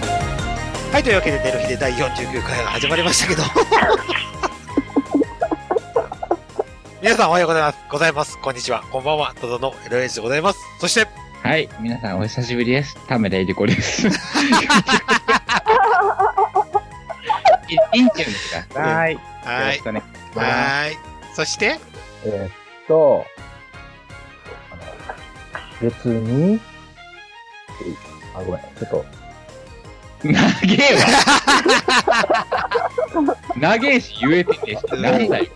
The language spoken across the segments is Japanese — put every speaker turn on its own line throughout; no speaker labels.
はい、というわけで、寝る日で第49回が始まりました けど。皆さんおはようございます。ございます。こんにちは。こんばんは。とどの LH でございます。そして、
はい、皆さんお久しぶりです。田村えり子です。いいいんちゃうんですか
はい。よ
は
ろ
い
し。くね。
はい。そして、
えーっと、あの別に、あ、ごめん、ちょっと、
長えわ。長えし言えてねえし、なんだよ。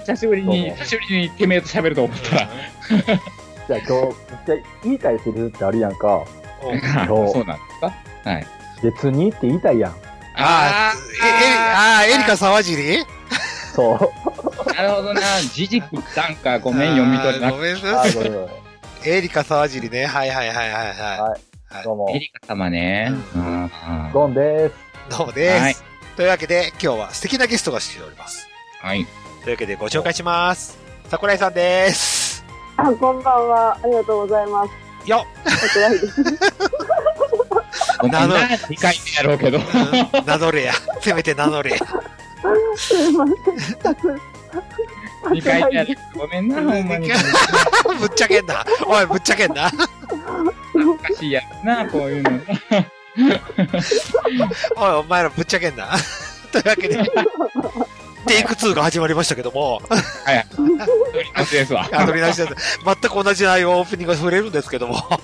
久しぶりに、久しぶりにてめえと喋ると思 ったら。
じゃあ今日、めっちゃ言いたいセリフってあるやんか。
お
そう
そうなんですかはい。
別にって言いたいやん。
あー、え、え、あー、エリカ沢尻
そう。
ーなるほどな。じじくったんか、ごめん、読み取れ
あ
な
ー
く
ごめんな
あ
さ、い。
ごめんごめん。
エリカ沢尻ね。はいはいはいはいは
はい。どうも
て。エ、リカ様ね。うん
ゴンです。
い。どうもです。
はい
というわけで、今日は素敵なゲストが来ております。
はい。
というわけで、ご紹介します。桜井さんです。
あ、こんばんは。ありがとうございます。
よっ
桜井です。
ごめん
な
な、
の
2回目やろうけど。
うん名乗れや。せめて名乗れや。
すいません。
2回目やろうごめんな、ほんまに。
ぶっちゃけんな。おい、ぶっちゃけんな。
おかしいやつな、こ ういうの。
おい、お前らぶっちゃけんな。 というわけで、テイク2が始まりましたけども、
取り直しですわ。
あ取り直しだった全く同じ内容オープニングが触れるんですけども、
は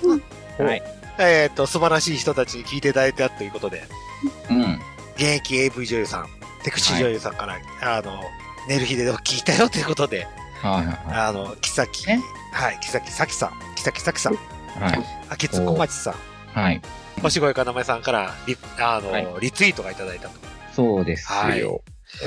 い。
えっと、素晴らしい人たちに聞いていただいたということで、
うん。
現役 AV 女優さん、手口女優さんから、あの、寝る日で聞いたよということで、
はいは
あの、木崎
ね、
はい、木崎咲さん、木崎咲さん、
いはい。
秋津小町さん、
はい。
星越かなめさんからリ、あの、
はい
リツイートがいただいたと。
そうですよ。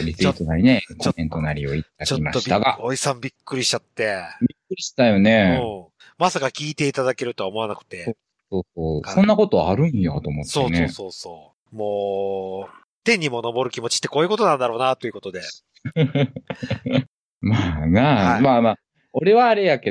リツイートなりね、
ちょ
コメントなりをいただ
ちょっ
きま
と
した
びっ
が、
おじさんびっくりしちゃって、
びっくりしたよね。
うんまさか聞いていただけるとは思わなくて、
そうそうそんなことあるんやと思っ
そうそ
て
う
ね。
そうそう。もう、天にも昇る気持ちってこういうことなんだろうな、ということで。
まあな
は
あ、
い
まあまあ。俺はあれやけ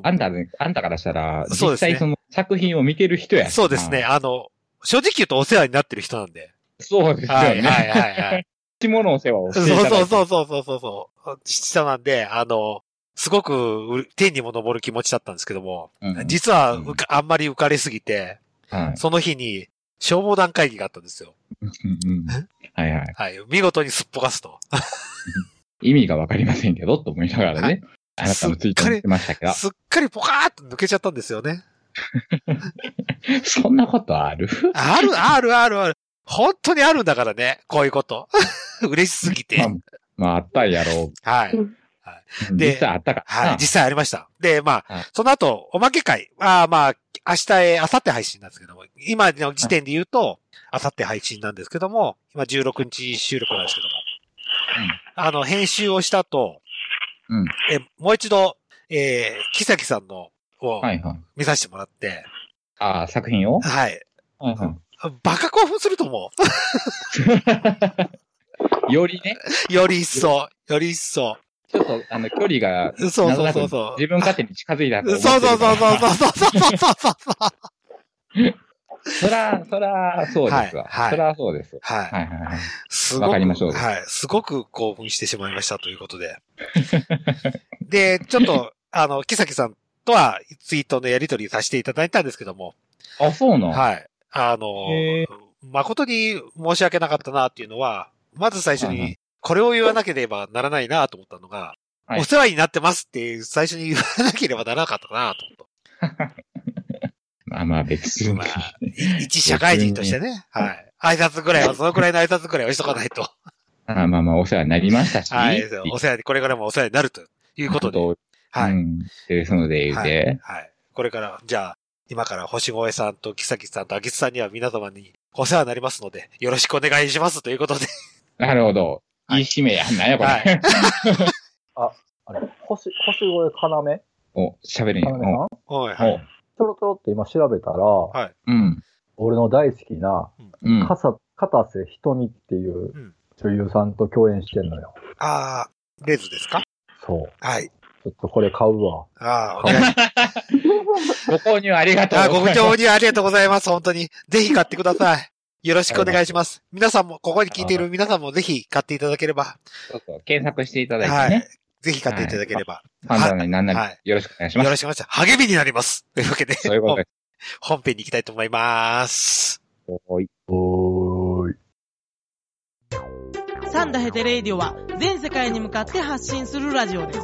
う、ん
あんたね、あんたからしたら、
そう
実
ですね
際その作品を見てる人やしな
そうですね。。あの、正直言うとお世話になってる人なんで。
そうですよ
はいは
ね。
いはいはい。
下のお世話をし
そう
ていただいて
そうそうそうそうそうそう。下なんで、あの、すごくう天にも昇る気持ちだったんですけども、
うん
実は
うん
うかあんまり浮かれすぎて、
はい
その日に消防団会議があったんですよ。
うんうんはいはい。
はい。見事にすっぽかすと。
意味がわかりませんけど、と思いながらね、あなたのツイートも言ってましたけど、
すっかりポカーっと抜けちゃったんですよね。
そんなことある
ある、ある、ある、ある。本当にあるんだからね、こういうこと。 嬉しすぎて
まあ。、まあ、あったんやろ
はい。
う。
で
実際あったからな。
はい。実際ありました。で、ま
は
あ
い、
その後、おまけ会。あーまあ、明日へ、明後日配信なんですけども、今の時点で言うと、明後日配信なんですけども、今16日収録なんですけども。あの、編集をした後、
うん
えもう一度、えー、木崎さんのを
はいはい。
見させてもらって、
ああ、作品を
はい。
はいは
バカ興奮すると思
い。よりね、
う。 より一層、より一層。
ちょっと、あの、距離が、
そうそうそうそう
なんとなく自分勝手に近づいたと
そ
思
う
ってる
そうそうそうそう
から
そうそうそうそうそう。
そら、そら、そうですわ。
はいはい
そら、そうです。
は。
はいいはいはい。
すごく、
わかりましょう
はい。すごく興奮してしまいましたということで。 で、ちょっと、あの、木崎さんとはツイートのやりとりさせていただいたんですけども、
あ、そうなの
はい。あの
へ、
誠に申し訳なかったなっていうのは、まず最初
はいは
に、これを言わなければならないなと思ったのが、
はい
お世話になってますっていう最初に言わなければならなかったなと思った。
まあまあ、別に。
まあ、い一社会人としてね、はい。挨拶ぐらいは、そのくらいの挨拶ぐらいはしとかない と。
あまあまあ、お世話になりましたし。
はい。お世話に、これからもお世話になるということで。
と
は
う
い。
ん。ですので、言うて。
はい。これから、じゃあ、今から星越さんと木崎さんと秋津さんには皆様にお世話になりますので、よろしくお願いしますという ことで。
なるほど。
はい
いい締めや。なんやこれ。
は
あれ、星、星越かなめ
お、喋るん
か
や。
なめさん
お
はい。はい。
ちょろちょろって今調べたら、
い
おうん。
俺の大好きな、
うん。
かさ、片瀬ひとみっていうんう女優さんと共演してんのよ。
あー、レズですか
そう。
はい。
ちょっとこれ買うわ。
あー、お願いします。
ご購入ありがとう。
あーご不調にありがとうございます。本当に。ぜひ買ってください。よろしくお願いします。皆さんも、ここに聞いている皆さんもぜひ買っていただければ、
そうそう、検索していただ
はい
て
い
ね、。
ぜひ買っていただければ、
ファンダーになんな
は
り、よろしくお願いしま
よ
す。
ろしくお願いします。励みになります。というわけで、
そういうこと
本本編に行きたいと思います。
です。おい
おーい。
サンダヘテレイディオは全世界に向かって発信するラジオです。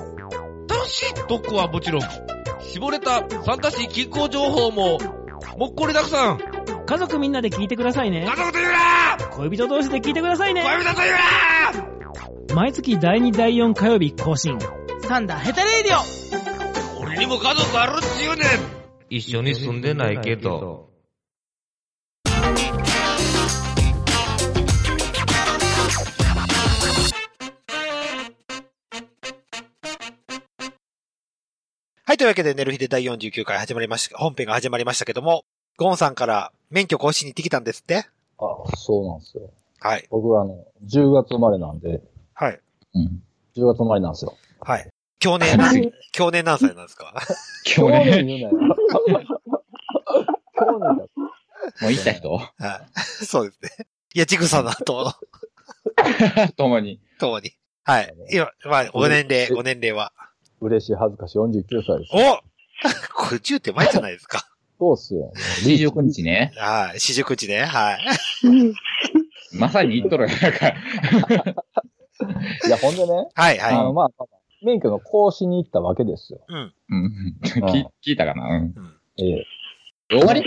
楽しい特攻はもちろん、絞れた参加し気候情報も、もっこりたくさん
家族みんなで聞いてください
家。
ね
族と言うな
恋人同士で聞いてくださいね。
恋人と言うな
毎月第2、第4火曜日更新。
サンダヘテレイディオ
俺にも家族あるっちゅうねん一緒に住んでないけど。
はい、というわけで、ネルヒで第49回始まりました、本編が始まりましたけども、ゴンさんから免許更新に行ってきたんですって
あ、そうなんですよ。
はい。
僕はあの、10月生まれなんで、
はい。
うん。10月生まれなんですよ。
はい。去年何、去年何歳なんですか
今日ね、
言うなよ。興味だ。
もう行った人
はい。そうですね。いや、ジグさんの後、
共に。
共に。はい。今、まあ、ご年 齢、ご年齢は。
嬉しい、恥ずかしい、49歳です。
お !50 って前じゃないですか。
そうっすよ。
29日ね。
はい。四十九日ね。はい。
まさに行っとるやんか。
いや、ほんでね、
はい、はい
あ。の、まあ、まあ免許の講師に行ったわけですよ。
うん。聞聞いたかなうん。
ええ。
終わり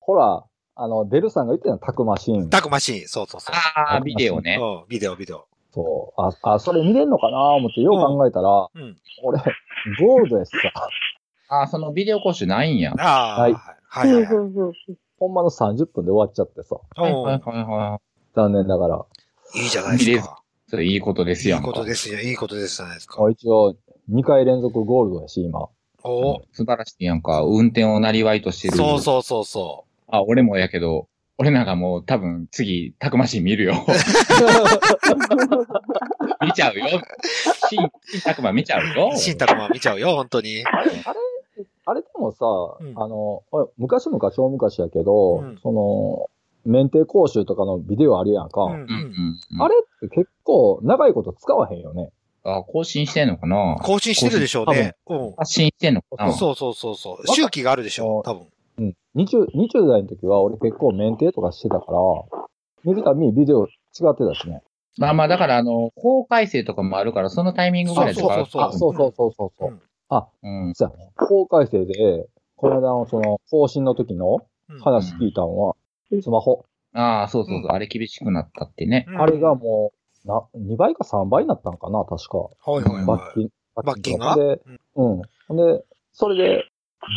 ほら、あの、デルさんが言ってたの、たくましいん。
タクマシーン、そうそうそう。
あー、ビデオね。
うん、ビデオ、ビデオ。
そう。あ、あ、それ見れんのかな思って、よう考えたら、
うんうん
俺、ゴールドやしさ、
あー、そのビデオ講習ないんや。
ああ、は
はいい、
はい、はいはい。
ほんまの30分で終わっちゃってさ、
はいはい
お
はいは
残念ながら。
ーいいじゃないですか。
い。それいいことです
い
や
い
んか。
ことですよ、いいことですじゃないですか
ま。あ一応、2回連続ゴールドやし、今。
お
素晴らしいやんか。運転をなりわいとしてる。
そうそうそうそ
あ、俺もやけど、俺なんかもう多分次、たくましい見 るよ。見ちゃうよ。新、新たくま見ちゃうよ
う。。 新宅も見ちゃうよ、本当に。
あれ でもさ、
うん
あの、俺昔々大昔やけど、
うん
その、免停講習とかのビデオあるやんか。
うんう。
うんうんんうん。
あれって結構長いこと使わへんよね。
あ、更新してんのかな
更新してるでしょうね。うん。
発信してんのかな
そうそうそうそう。周期があるでしょう、多分。
20、20代の時は俺結構免停とかしてたから、見るたびにビデオ違ってたしね。
まあまあ、だから、あの、法改正とかもあるから、そのタイミングぐらいとか。
そう
あ、そうそうそうそうそう。
うん
うん。
さ、法改正で、この間のその、更新の時の
うん
話聞いたのは、スマホ。
ああ、そうそう
う
そう。あれ厳しくなったってね。
うん
あれがもう、な、2倍か3倍になったんかな、確か。
はいはい
罰
はい。
金。
罰金が
とかで、うん。ほんで、それで、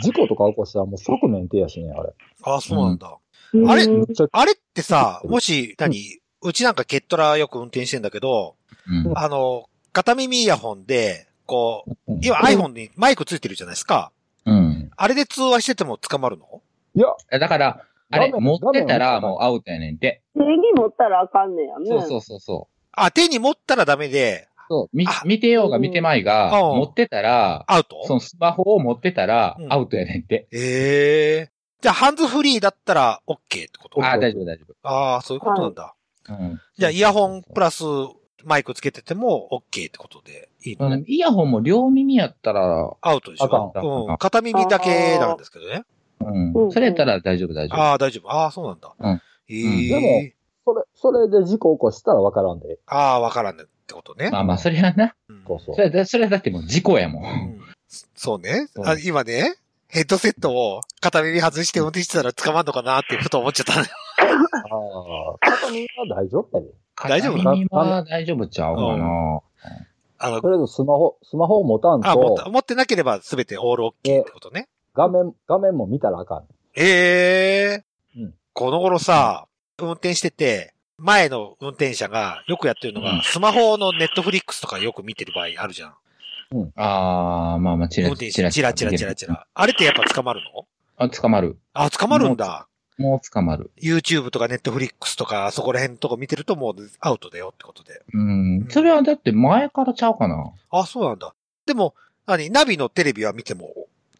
事故とか起こしたらもう即免停やしね、あれ。
あ、そうなんだ。
うん
あれ
めっちゃ、
あれってさ、もし、何、うちなんかケットラよく運転してんだけど、
うん。
あの、片耳イヤホンで、こう、
うん
今 iPhone にマイクついてるじゃないですか。
うん。
あれで通話してても捕まるの
だから、あれ、
画面
持ってたら
画面
もうアウトやねんて。
手に持ったらあかんねやね。
そうそうそうそう。
あ、手に持ったらダメで、
そう、み
あ
見てようが見てまいが、
うん
持ってたら、
アウト
そのスマホを持ってたら
うん
アウトやねんって。
ええじゃあ、ハンズフリーだったら OK ってこと
あ
あ
あ、大丈夫大丈
あー、そういうことなんだ。
夫。うん、
じゃあ、イヤホンプラスマイクつけてても OK ってことでいいの、
うんイヤホンも両耳やったら、
アウトでし
あかん
ょうん。片耳だけなんですけどね。
うん
うん
それやったら大丈夫大丈夫。
ああ、大丈夫。ああ、そうなんだ。
うん
え
でも
え
それ、それで事故起こしたらわからんで。
ああ、わからんねってことね。
まあまあ、それはな。
うん
そうそう
そ。れだそれはだってもう事故やも。
うんんそうね。
うん
あ今ね、ヘッドセットを片耳外して運転してたら捕まんのかなってふと思っちゃったね。
ああ、片耳は大丈夫やで。
大丈夫
片耳は大丈夫ちゃうかな。
あの
と、りあえずスマホ、スマホを持たん
あ持った
と、
持ってなければ全てオール OK ってことね。
画面、画面も見たらあかん。
ええ
うん
この頃さ、運転してて、前の運転者がよくやってるのが、
うん
スマホのネットフリックスとかよく見てる場合あるじゃん。
ああ、まあまあ、チ
運
ラ
転
チ
手
ラ。
チラチラチラチラ。あれってやっぱ捕まるの
あ、捕まる。
あ、捕まるんだ。
もう捕まる。
YouTube とかネットフリックスとか、そこら辺のとこ見てるともうアウトだよってことで。
うん。それはだって前からちゃうかな。
あ、そうなんだ。でも、何ナビのテレビは見ても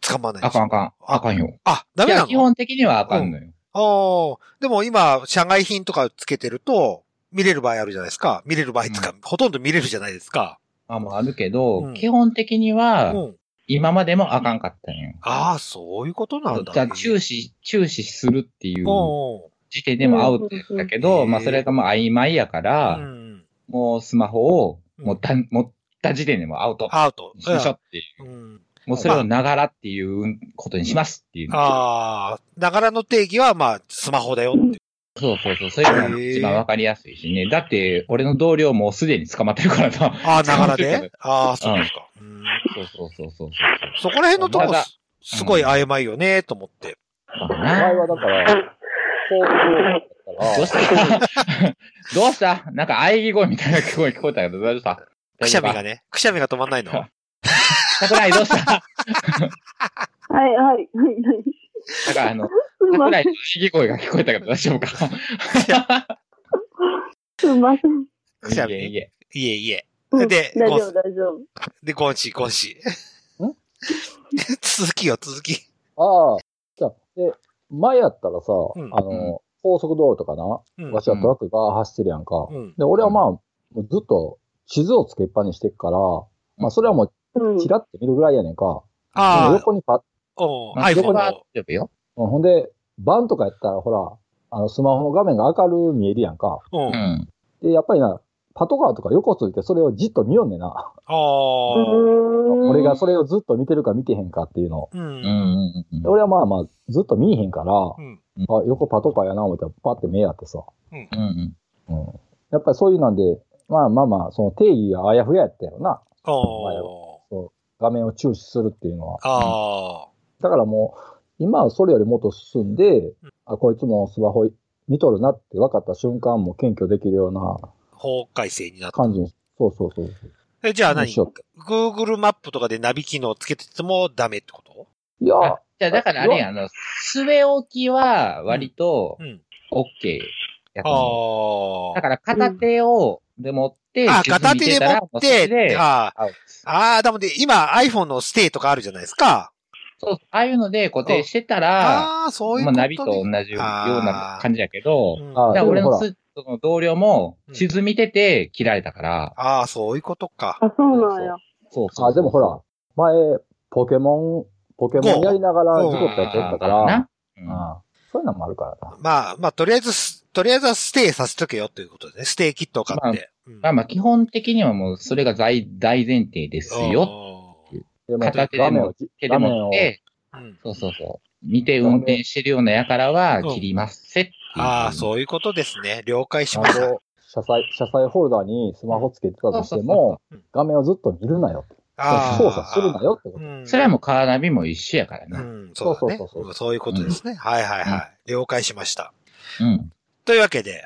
捕まらない
あ
でしょ
かんあかん。あかんよ。
あ、ダ
い
メ
や、
な
基
の
本的にはあかんのよ。
ああ、でも今、社外品とかつけてると、見れる場合あるじゃないですか。見れる場合っていうか、ほとんど見れるじゃないですか。
あ、もうあるけど、
うん
基本的には、
うん。
今までもあかんかったんよ。
ああ、そういうことなんだ。
じゃあ注視、注視するっていう
おう
時点でもアウトやったけど、
うん
まあそれがもう曖昧やか
おう
ら、
うん。
もうスマホを
うん
持った、持った時点でもうアウト。
アウト。
しましょうっていう。
うん。
もうそれをながらっていうことにしますっていう。
ああ、ながらの定義は、まあ、スマホだよって。
そうそうそう。それが一番わかりやすいしね。だって、俺の同僚もうすでに捕まってるか らさ。
ああ、ながらでああ、そうですか。うん
そうそうそうそうそう。
そこら辺のとこ
まだ、
すすごい曖昧よね、と思って。
そう
お
だ
前
な。
はだから、こういうだ
どう
か
した どうしたなんか喘ぎ声みたいな声聞こえたけど、どうした
くしゃみが
ね。
ね、くしゃみが止まんないの。
桜井どうした
はいはいはいはい。
だから あの、
すいま
桜
せ
井
ん
の喘ぎ声が聞こえたけど大丈夫か
すいません。
くしゃみ
いえいえ。
いえいえ。
うん
で
大
ゴ
丈
ン
夫大丈夫。
で、ゴンシー、ゴンシー
ん。
続きよ、続き。
ら、ああ、じゃあで、前やったらさ、
ん
あの、高速道路とかな、
うん
わしはトラックが走ってるやんか。
うん。
で、俺はまあ、もうずっと地図をつけっぱにしてっから、まあ、それはも
うん
う、チラって見るぐらいやねんか。でも
あ
横にパッ、
あ、おう
まあそ
iPhone
こ
の
が大。丈夫よ。
うんほんで、バンとかやったら、ほら、あの、スマホの画面が明る見えるやんか。
う。
うんん。
で、やっぱりな、パトカーとか横ついて、それをじっと見よんねんな。
ああ。
俺がそれをずっと見てるか見てへんかっていうの。
う。
うんん
うん。
うん
で俺はまあまあ、ずっと見えへんから、
ん
あ、横パトカーやな思ったら、パって目やってさ。
うんうん。
うん。やっぱりそういうなんで、まあまあまあ、その定義があやふややったよな。
あー
画面を注視するっていうのは。
あー。
だからもう、今はそれよりもっと進んで、あ、こいつもスマホ見とるなって分かった瞬間も検挙できるような
法改正になった。
感じに、そうそうそう。
え、じゃあ何
にしよう
?Google マップとかでナビ機能つけててもダメってこと
いや、
あじゃあ、だからあれや、あの、据え置きは割と
うん。
OK やと
あ
思う
あ。
だから片手を、で持って、
あ、
地図見
片手で
た
持
ら
っ
もうそ
て、
れで
あ
アウトです
あ、ああ、でもね、今 iPhone のステイとかあるじゃないですか。
そう、ああいうので固定してたら、
ああー、そういう
ま
こ
あ
とね
ナビと同じような感じやけど、
うん
あ
だから俺の
でもほら
つその同僚も
うん
地図見てて切られたから、
ああ、そういうことか。
あ、そうなんや。
そうそうそう
あ、でもほら、前、ポケモン、ポケモンやりながら事故ったやつやったか
あー
ら、
なう
う
ん
んそういうのもあるからな。
まあ、まあ、とりあえずす、とりあえずはステイさせとけよということでね。ステイキットを買って。うん
まあまあ基本的にはもうそれが大大前提ですよ。
でも
片手で
画面
も
をじ、
手で
画面
持っ
を、
て、
あーうん
そうそうそう。見て運転してるようなやからは切りますせっていう。
ああ、そういうことですね。了解し
ちゃん
ました。
と、車載、車載ホルダーにスマホつけてたとしても
そうそうそう、
画面をずっと見るなよ。
ああ。
操作するなよってこ
う
と。
ん。
それはもうカーナビも一緒やから
う
な。
ん、そうだね。
そうそうそうそう
うんそういうことですね。はいはいはい。了解しました。
うん。
というわけで、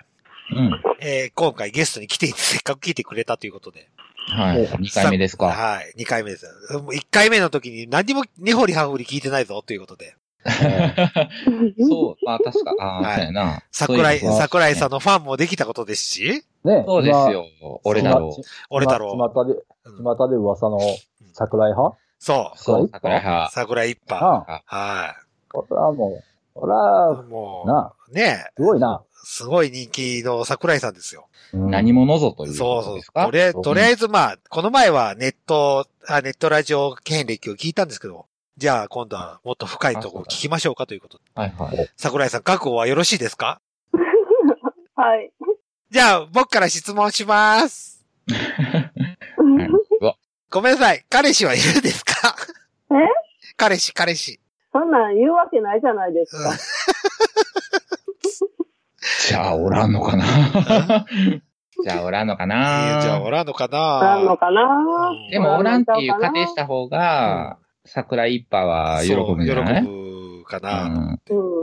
うん。
えー今回ゲストに来て、 せっかく来てくれたということで。
はい。
お
2回目ですか。
はい。2回目です。もう1回目の時に何も根掘り葉掘り聞いてないぞということで。
そう、まあ確か、あ
は
あ、
い
そうやな。
桜井、
そういえば
桜井さんのファンもできたことですし、
ね
そうです。よ。俺だろう。
俺だろ
う。巷で、
う。うん
巷で噂の桜井派
そう。
そう、桜井派。
桜井一派。
なあ、
あ
は
これはもう、これ
い。
は、
も
なあ、
う、ねえ
すごいな。
すごい人気の桜井さんですよ。
何者ぞという
そう
こと
そう
ですか。
とりあえず、とりあえずまあ、この前はネット、あネットラジオ遍歴を聞いたんですけど、じゃあ今度はもっと深いところ聞きましょうかということで。
はいはい。
桜井さん、覚悟はよろしいですか
はい。
じゃあ、僕から質問します。ごめんなさい。彼氏はいるんですか
え
彼氏、彼氏。
そんなん言うわけないじゃないです
うん
か。
じゃあ、おらんの かなじゃあ、おらんのか
えーじゃあ、お
な
らんのか
あんの
な
かな
うん
でも、おらんっていう仮定した方が、桜井一派は喜ぶんじゃない
そう喜ぶかな。
うん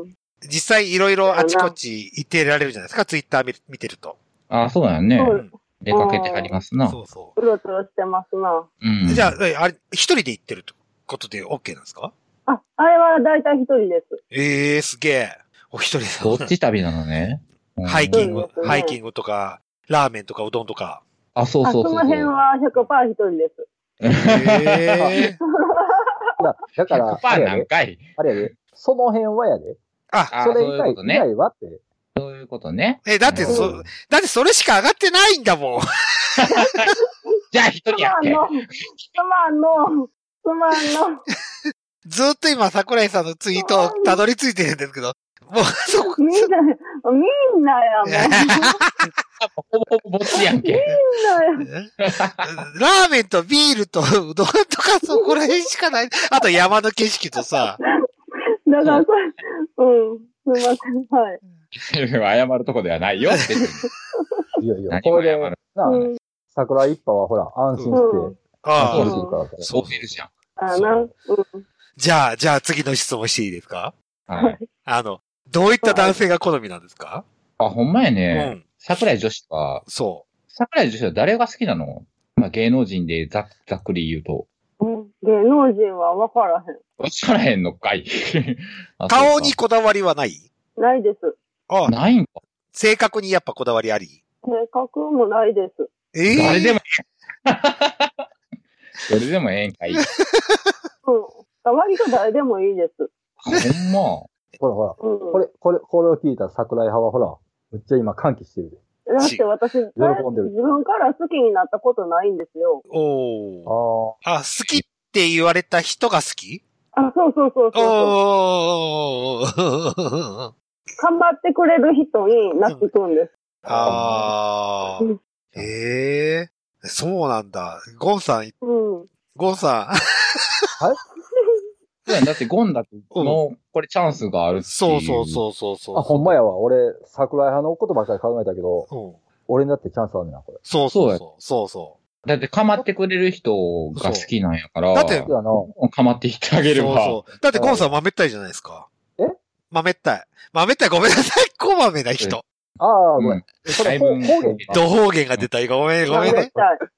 うん。
実際いろいろあちこち行ってられるじゃないですか、ツイッター見見てると。。
ああ、そうだよね
そう
ん
出かけてはりますな。
そうそう
ろつろしてますな。
うん
う。じゃあ、えあれ、一人で行ってるってことで OK なんですか
あ、あれはだいたい一人です。
ええー、すげえ。お一人
ど
だ
っち旅なのね。うん
ハイキン
う
グ
ん、
ハイキングとか、ラーメンとかうどんとか。
あ、そう
あ、
そ
そう
そうそう。
の辺は100%一人です。
ええー。
だだから、あ
100%
れ
な
や
ん
で、
かい。
あれやで、その辺はやで、
あ、
あ
そ
ー
れ
そう
以
いう
外
こ
以
とね。
外はって。
そういうことね。
え、だって
う
そ
ん、
だってそれしか上がってないんだもん。
じゃあ一人やって。
つまんの、つまんの、
ずっと今、桜井さんのツイートをたどり着いてるんですけど、もう、そこ、
みんな、みんな やもん。みん
あほぼほぼぼっちやんけ。
なや。
ラーメンとビールとうどんとかそこら辺しかない。あと山の景色とさ、
だからこれ、うん、すいません。は
謝
い。
るとこではな いよ。別に
いやいや、
何
こ
も
れ
謝
で
る。、
なあ
うん、
桜一派はほら、安心
う
し
ん
て、
あ
楽
あ
しいからさ。
そういるじゃん。
あな、うん。
じゃあ、じゃあ次の質問していいですか
はい。
あの、どういった男性が好みなんですか
あ、ほんまや
う
ね。
ん。
桜井女子は、
そ
桜井女子は誰が好きなのまあ芸能人でざっざっくり言うと。
うん芸能人は分からへ
わからへんのかい。 あ
う。顔に
そう
こだわりはない
ん。ないです。
あ
かないんか。
性格にやっぱこだわりあり
性格もないです。
ええ
誰でもええん。誰でもええん かい。
うん。割と誰でもいいです。
ほんま。
ほらほら、
うん。
これ、これ、これを聞いた桜井派はほら、めっちゃ今歓喜してるで。
だって私、自
喜んでる
分から好きになったことないんですよ。
おー
あ
あ、好きって言われた人が好き
あ、そうそうそうそう。
おー。
頑張ってくれる人になっていくんです。
ああ
うん。
ええそうなんだ。ゴンさん、
うん。
ゴンさ
そうやんだってゴンだとの、これチャンスがあるっ
ん。
ていう。
そうそうそうそうそう。
あ。あ、ほんまやわ。俺、桜井派のことばっかり考えたけど、
うん。
俺にだってチャンスあるねんな、これ。
そうそうそう。そうそう
だって構ってくれる人が好きなんやから。
そうだって
そうやな。
構っていってあげれば。
そうそうだってゴンさん豆ったいじゃないですか。
え
豆ったい。豆ったいごめんなさい。 小豆な人。
ああ、ごめ
うん
ん。それ、
だい
方
ぶ
言か
土方言が出た。ごめん、ごめん
舐め
ね。
たい。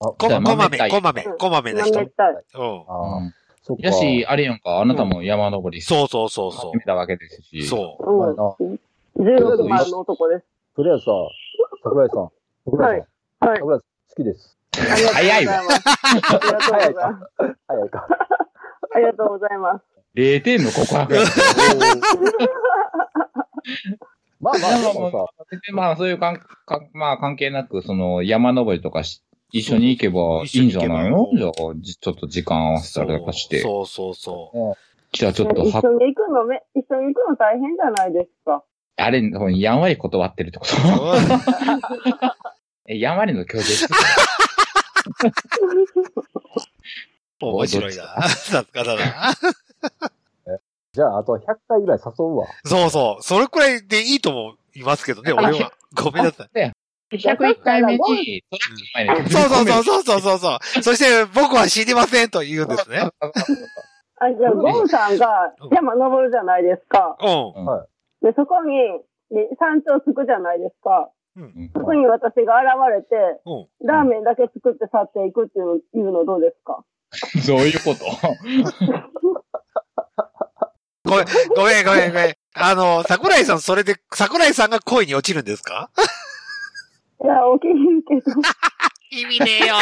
あ
こ
じゃあ
小
豆った
豆、
い
小豆、小豆な
舐
人。う
めたい。
ん。
あ
う
あ
ん、
そっか。
やし、あれやんか、あなたも山登り、
そうそうそうそ
始めたわけです
う。
し。
そう。
ほんまやな。
うん。16番の男です。
とりあえずさ、桜井さん。桜井さん。
はい。
桜井さん、好きです。
早いわ。
ありがとうございます。
早いか。
ありがとうございます。
0点の告白やん。
まあまあ、でもさ、
別にまあ、そういうかんかん まあ、関係なく、その、山登りとかし、一緒に行けばいいんじゃない
一
の
緒に
じゃあ、じちょっと時間合わせたりとかして。
そうそうそう。
じゃあ、ちょっと
一
は、
緒に行くのめ、一緒に行くの大変じゃないです か。
あれ、やんわり断ってるってこと え、やんわりの拒絶
面白いな。 さすがだな。
じゃあ、あと100回ぐらい誘うわ。
そうそう。それくらいでいいと思いますけどね、俺は。ごめんなさい。
101回目に、トラックの前に
そうそうそうそうそうそうそう。そして僕は知りませんと言うんです ね。
あ、じゃあ、ゴンさんが山登るじゃないですか。
うん。
で、そこに、で山頂着くじゃないですか。
うん。
そこに私が現れて、
うん。
ラーメンだけ作って去っていくっていういうのどうですか
どういうこと
ごめん、ごめん、ごめん、ごめん。あの、桜井さん、それで、桜井さんが恋に落ちるんですか
いや、お気に入りけど。
意味ねえよ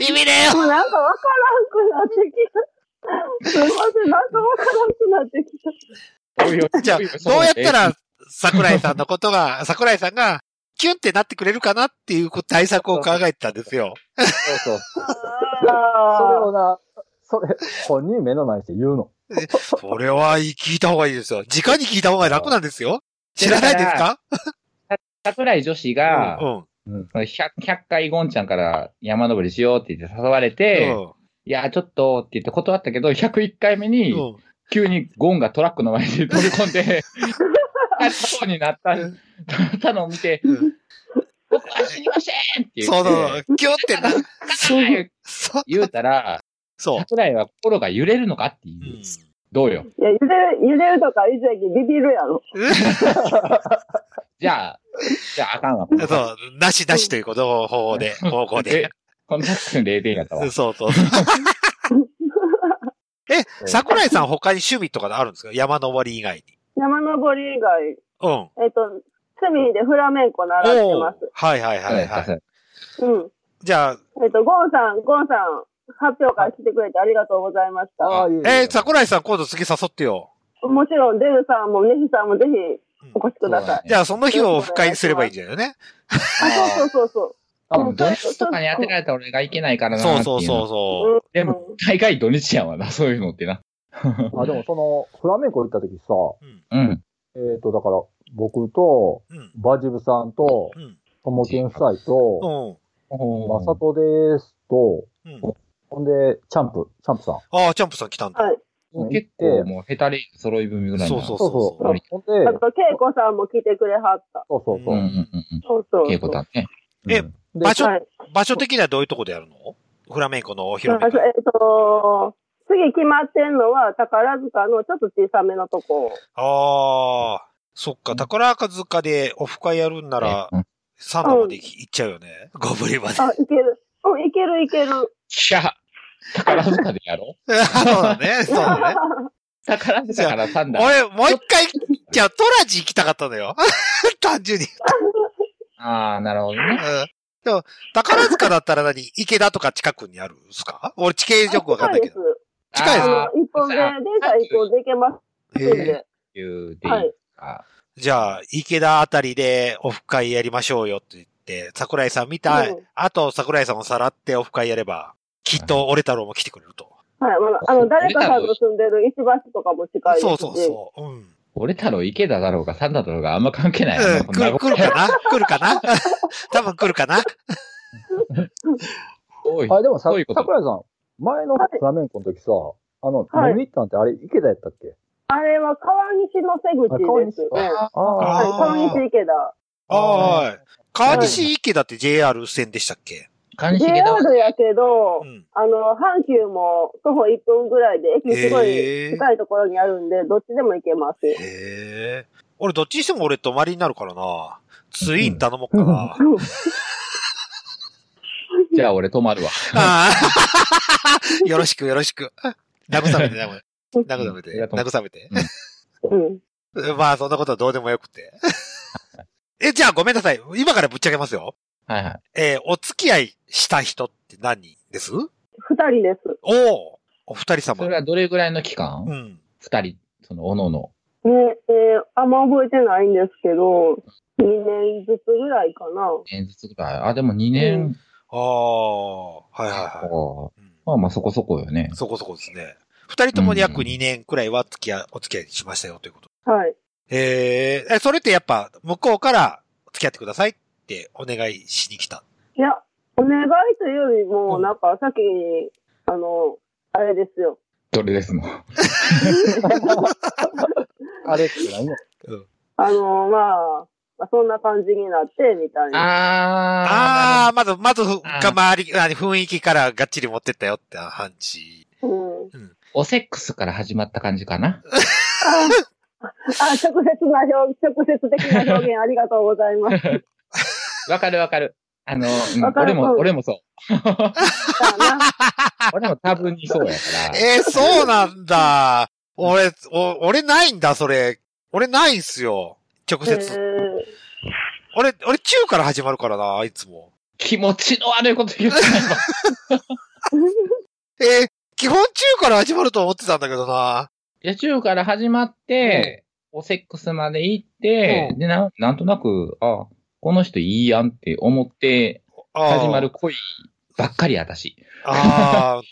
意味ねえ
も
よ
うなんかわからんくなってきた。すいません、なんかわからんくなってき た。
じゃあ、どうやったら、桜井さんのことが、桜井さんが、キュンってなってくれるかなっていう対策を考えてたんですよ。
そうそう。それ
あ
をな、それ、本人目の前にして言うの。
それは聞いた方がいいですよ。直に聞いた方が楽なんですよ。知らないですか
桜井女子が
う、ん。
100, 100回ゴンちゃんから山登りしようって言って誘われて、
う
いや、ちょっとって言って断ったけど、101回目に、
ん。うん。
急にゴンがトラックの前に飛び込 んで、そうになった、
うん
たのを見て、
うん
僕は死にませんって言って、
そうそうそう。キュンってな、そう。
言うたら、
そう。
桜井は心が揺れるのかっ
う
ていう。
ん
どうよ。
ーいや、ゆでる、ゆでるとか以前にビビるやろ。
じゃあ、じゃああかんわ。
そう、なしなしということの方法で、方向で
え。このタックン0点やったわ
そう。そうそう。 え、桜井さん他に趣味とかあるんですか山登り以外に。
山登り以外、
うん。
えっ、と、趣味でフラメンコ習って
おー
ます。
はいはいはいはい。
うん。
じゃあ、
えっ、と、ゴンさん、ゴンさん、発表会来てくれてありがとうございました。
ああ、いい
えー、桜井さん今度次誘ってよ。
もちろん、デルさんもネヒさんもぜひお越しください。
じゃあ、その日をオフ会にすればいいんじゃないよね。
あ、そうそうそう
多分土日とかに当てられた俺がいけないからなってい
そううそう
の。
そう
そう。
そうう。
ん
でも、大概土日やわな、そういうのってな。
あ、でもその、フラメンコ行った時さ、
うん。
えっ、と、だから、僕と、
うん。
バジブさんと、
うん。
ともけん夫妻と、
うん。
まさとですと、
うん。
ほんで、チャンプ、チャンプさん。
ああ、チャンプさん来たんだ。
はい
もう結構もうヘタレ揃い踏みぐらいな。
そうそう
そうそう。ほんで、
あと、ケイコさんも来てくれはった。
そうそうそう
うんうん
う。
んうん
そうそうう。
ん。稽古だね。
え
うん
で
場所
はい。
場所的にはどういうとこでやるのフラメンコのお披露
なんか
目
そう
会。
えっと、次決まってんのは、宝塚のちょっと小さめのとこ。
ああ、そっか、宝塚でオフ会やるんなら、
うん
サンダまで行っちゃうよね。ゴブリまで。
あ、いける。うん、いけるいける。
いや、宝塚でやろう
そうだね、 そうだね。
宝塚からサンダー。
俺、もう一回、じゃあトラジ行きたかったのよ。 単純に。
ああ、なるほど
う
ね。
ん。でも、宝塚だったら何池田とか近くにあるんすか俺地形よくわかんないけど。近い
あ
で
そうなん
あ
です。あの、一本で、電車一本で行けます
へ
んで。
え
ーいうでいいか。
じゃあ、池田あたりでオフ会やりましょうよって言って、桜井さん見た、
うん
あと桜井さんをさらってオフ会やれば、きっと俺太郎も来てくれると。
はい、まだ、あの、誰かさんの住んでる石橋とかも近いですし。
そうそうそう。うん。
俺太郎、池田だろうが、サンダだろうがあんま関係ないよね
うん、
こ
来
な
る、来るかな来るかな 多分来るかな
多い
あ、でもさ、
そういうこと
桜井さん、前のフラメンコの時さ、あの、
はい
飲み行ったんってあれ、池田やったっけ
あれは川西の瀬
あ川
口で
西
すよね。
あ
あ
あ
は
ー、
い、川西池田。
ああ、川西池田って JR 線でしたっけ
関西池田は
JR やけど
う、ん。
あの、阪急も徒歩1分ぐらいで、駅すご
へ
い
ー
近いところにあるんで、どっちでも行けます。
へえ。俺どっちにしても俺泊まりになるからな。ツイン頼もうかな。
じゃあ俺止まるわ。
ああ よろしく、よろしく。慰めて、 慰めて。慰めて、慰めて。
うん。
まあ、そんなことはどうでもよくて。 え、じゃあごめんなさい。今からぶっちゃけますよ。
はいはい。
えーお付き合いした人って何人ですお
二人です。
おお二人
そ
様
れ。はどれぐらいの期間
うん。
二人、その、おのの。
ね、えーあんま覚えてないんですけど、2年ずつぐらいかな。
年ずつぐらい。あ、でも2
う
年。
ああ、はいはいはい。
か
うん
まあまあそこそこよね。
そこそこですね。二人ともに約2年くらいは付き合い、お付き合いしましたよということ。
はい。
えーえ、それってやっぱ、向こうから付き合ってくださいってお願いしに来た。
いや、お願いというよりも、
うん
なんか先に、あの、あれですよ。
どれですの。は
あれって何や
あの、まあ、まあそんな感じになって、みたいな。
あ
ああー、まず、まず、
あー
が周り、あの雰囲気からがっちり持ってったよって感じ。
うん。
ー、おセックスから始まった感じかな。
あ、直接な表、直接的な表現ありがとうございます。だ
わかるわかる。あの、うん
わかる
俺も、
うん
俺もそう。
な
俺も多分にそうやから。
えー、そうなんだ。俺、お、俺ないんだ、それ。俺ないんすよ。直
え
接。俺、俺中から始まるからな、いつも。
気持ちの悪いこと言ってないわ。
ー
えー基本中から始まると思ってたんだけどな。
野中から始まって、おセックスまで行って、
うん
でな、なんとなく、あ、この人いいやんって思って、
あー
始まる。恋ばっかりや私。
ああ。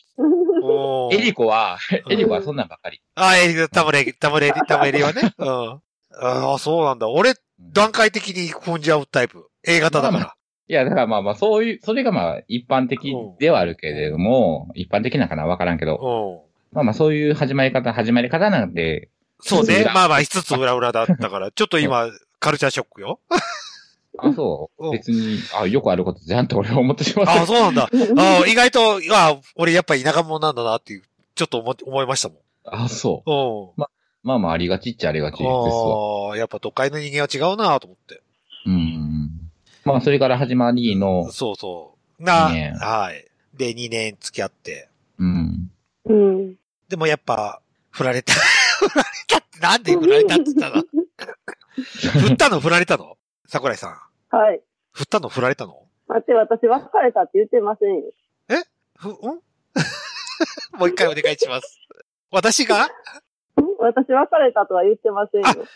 おー
エリコは、
うん
エリコはそんなんばっかり。
あ、えー、タムレ、タムレ、タムレはね。うん。ああ、そうなんだ。俺、段階的に踏んじゃうタイプ。A 型だから。
いや、だからまあまあ、そういう、それがまあ、一般的ではあるけれども、一般的なのかなわからんけど、
うん。
まあまあ、そういう始まり方、始まり方なんで、
そう
五つ
ね
裏。
まあまあ、5つ裏裏だったから、ちょっと今、カルチャーショックよ。
あ、そうう、
ん
別に、あ、よくあることじゃんって俺は思ってしまった。
ああ、 そうなんだ。ああ、意外と、ああ、俺やっぱ田舎者なんだなっていう、ちょっと思、思いましたもん。
あ、そう。
うん。
まあまあ、ありがちっちゃありがちですわ。
ああ、やっぱ都会の人間は違うなと思って。
うん。まあ、それから始まりの、
そうそう。な、
ね
はい。で、2年付き合って。
うん。
うん。
でもやっぱ、振られた。 振られたって、なんで振られたって言ったの 振ったの振られたの桜井さん。
はい。
振ったの振られたの
待って、私別れたって言ってませんよ。
ふ、んもう一回お願いします。私が
ん私別れたとは言ってませんよ。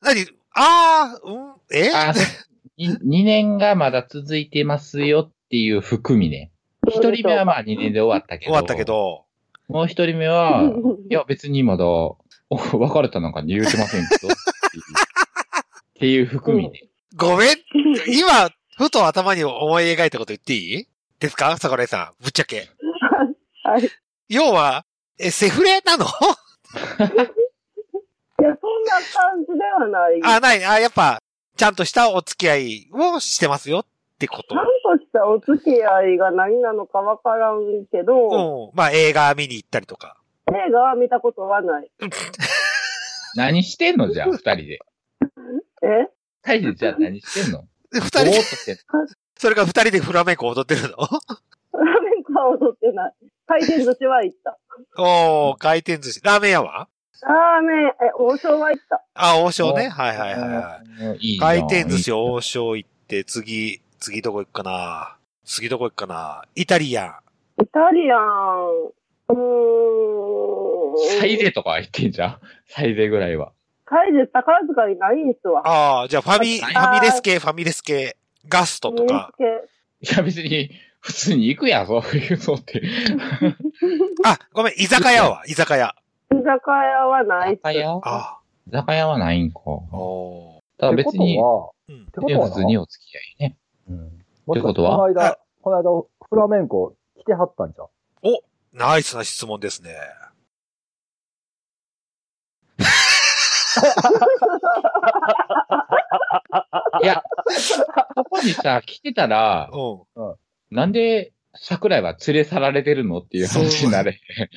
何ああ、うん、え
あ、2年がまだ続いてますよっていう含みね。一人目はまあ2年で終わったけど。
終わったけ。ど、
もう一人目 は、いや別にまだ、お別れたなんか言うてませんけど。っていう含みね。
ごめん、今、ふと頭に思い描いたこと言っていいですか桜井さん、ぶっちゃけ。
はい。い
要は、え、セフレなの
や、そんな感じではない。
あ、ない、あ、やっぱ、ちゃんとしたお付き合いをしてますよってこ
ちゃんとしたお付き合いが何なのかわからんけど、
と。うん。まあ、映画見に行ったりとか。
映画は見たことはない。
何してんのじゃあ、二人で。
え
二人でじゃあ何してんの
で二
ぼー
人
っと
で、
してん
それから二人でフラメンコ踊ってるの
ラーメン粉は踊ってない。回転寿司は行った。
おー、回転寿司。ラーメン屋は
ラーメン、え、王将は行った。
あ、王将ね。
お
はいはいはいはい。
のいいな
回転寿司王将行って、次、次どこ行くかな次どこ行くかなイタリアン。
イタリアン、うーん。
サイゼとかは言ってんじゃん。サイゼぐらいは。
サイゼ宝塚にないんすわ。
ああ、じゃあファミ、フ
あ
ァミレス系、ファミレス系。ガストとか。
見つ
いや別に、普通に行くやん、そういうのって。
あ、ごめん、居酒屋は、居酒屋。
け居酒屋はないっす。
酒屋
あ
居酒屋はないんか。
あ。お
ただ別に、
ーうん。
てことは
普
な
通にお付き合いね。
うん。
ってことは
もしか
あ
してこの間、この間、フラメンコ来てはったんじゃん。
ナイスな質問ですね。
いや、ここにさ、来てたら、
うん。
なんで桜井は連れ去られてるのっていう話になれへん。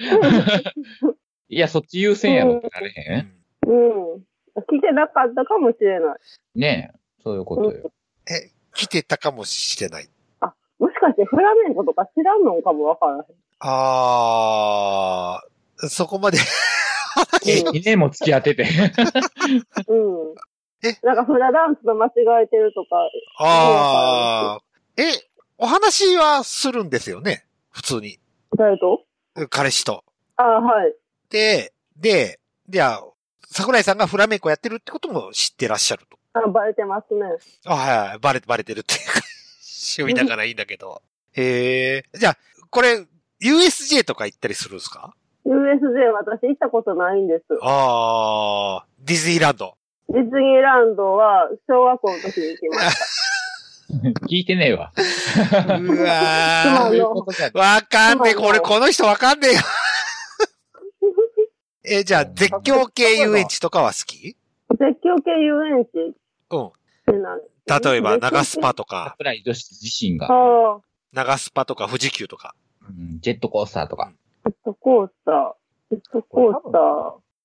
いや、そっち優先やろってなれ
う
へん。
ん
うん。来てなかったかもしれない。
ねえ、そういうことよ。
来てたかもしれない。
もしかしてフラメンコとか知らんのかもわからへん。
ああ、そこまで。
え、2年も付き合ってて。
うん。
え
なんかフラダンスと間違えてるとか、
ああ。え、お話はするんですよね。普通に。
誰と
彼氏と。
ああ、はい。
で、で、じゃあ、桜井さんがフラメンコやってるってことも知ってらっしゃると。
あバレてますね。
あ、はいはい、バレて、バレてるっていうか、趣味だからいいんだけど。へえ。じゃあ、これ、USJ とか行ったりするんですか
USJ 私行ったことないんです。
ああ、ディズニーランド。
ディズニーランドは小学校の時に行きました。
聞いてねえわ。
うわ
あ
そ
の
ういうことじゃ
ー。わかんねえ。これ、この人わかんねえよ。 え、じゃあ、絶叫系遊園地とかは好き
絶叫系遊園地
うん。
ってなん
例えば、長スパとか、
桜井女子自身が、
ああ、
長スパとか、富士急とか。
うんジェットコースターとか。
ジェットコースター。ジェットコースター。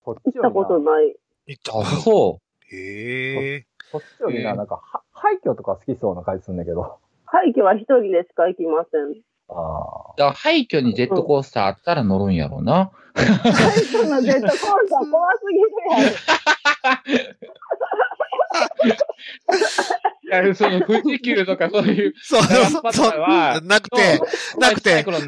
こっ
行っ
ちよ
たこと
りな、
ない。
行っ
あ、そ
へえ。
こっちより
えー
な、なんか、は廃墟とか好きそうな感じするんだけど。
廃墟は一人でしか行きません。
あ
う。だから廃墟にジェットコースターあったら乗るんやろうな。
廃墟のジェットコースター怖すぎるやん。
いや、その富士急とかそういう、
そう、そう、
長スパとかは
そう、なくて、なくて、うん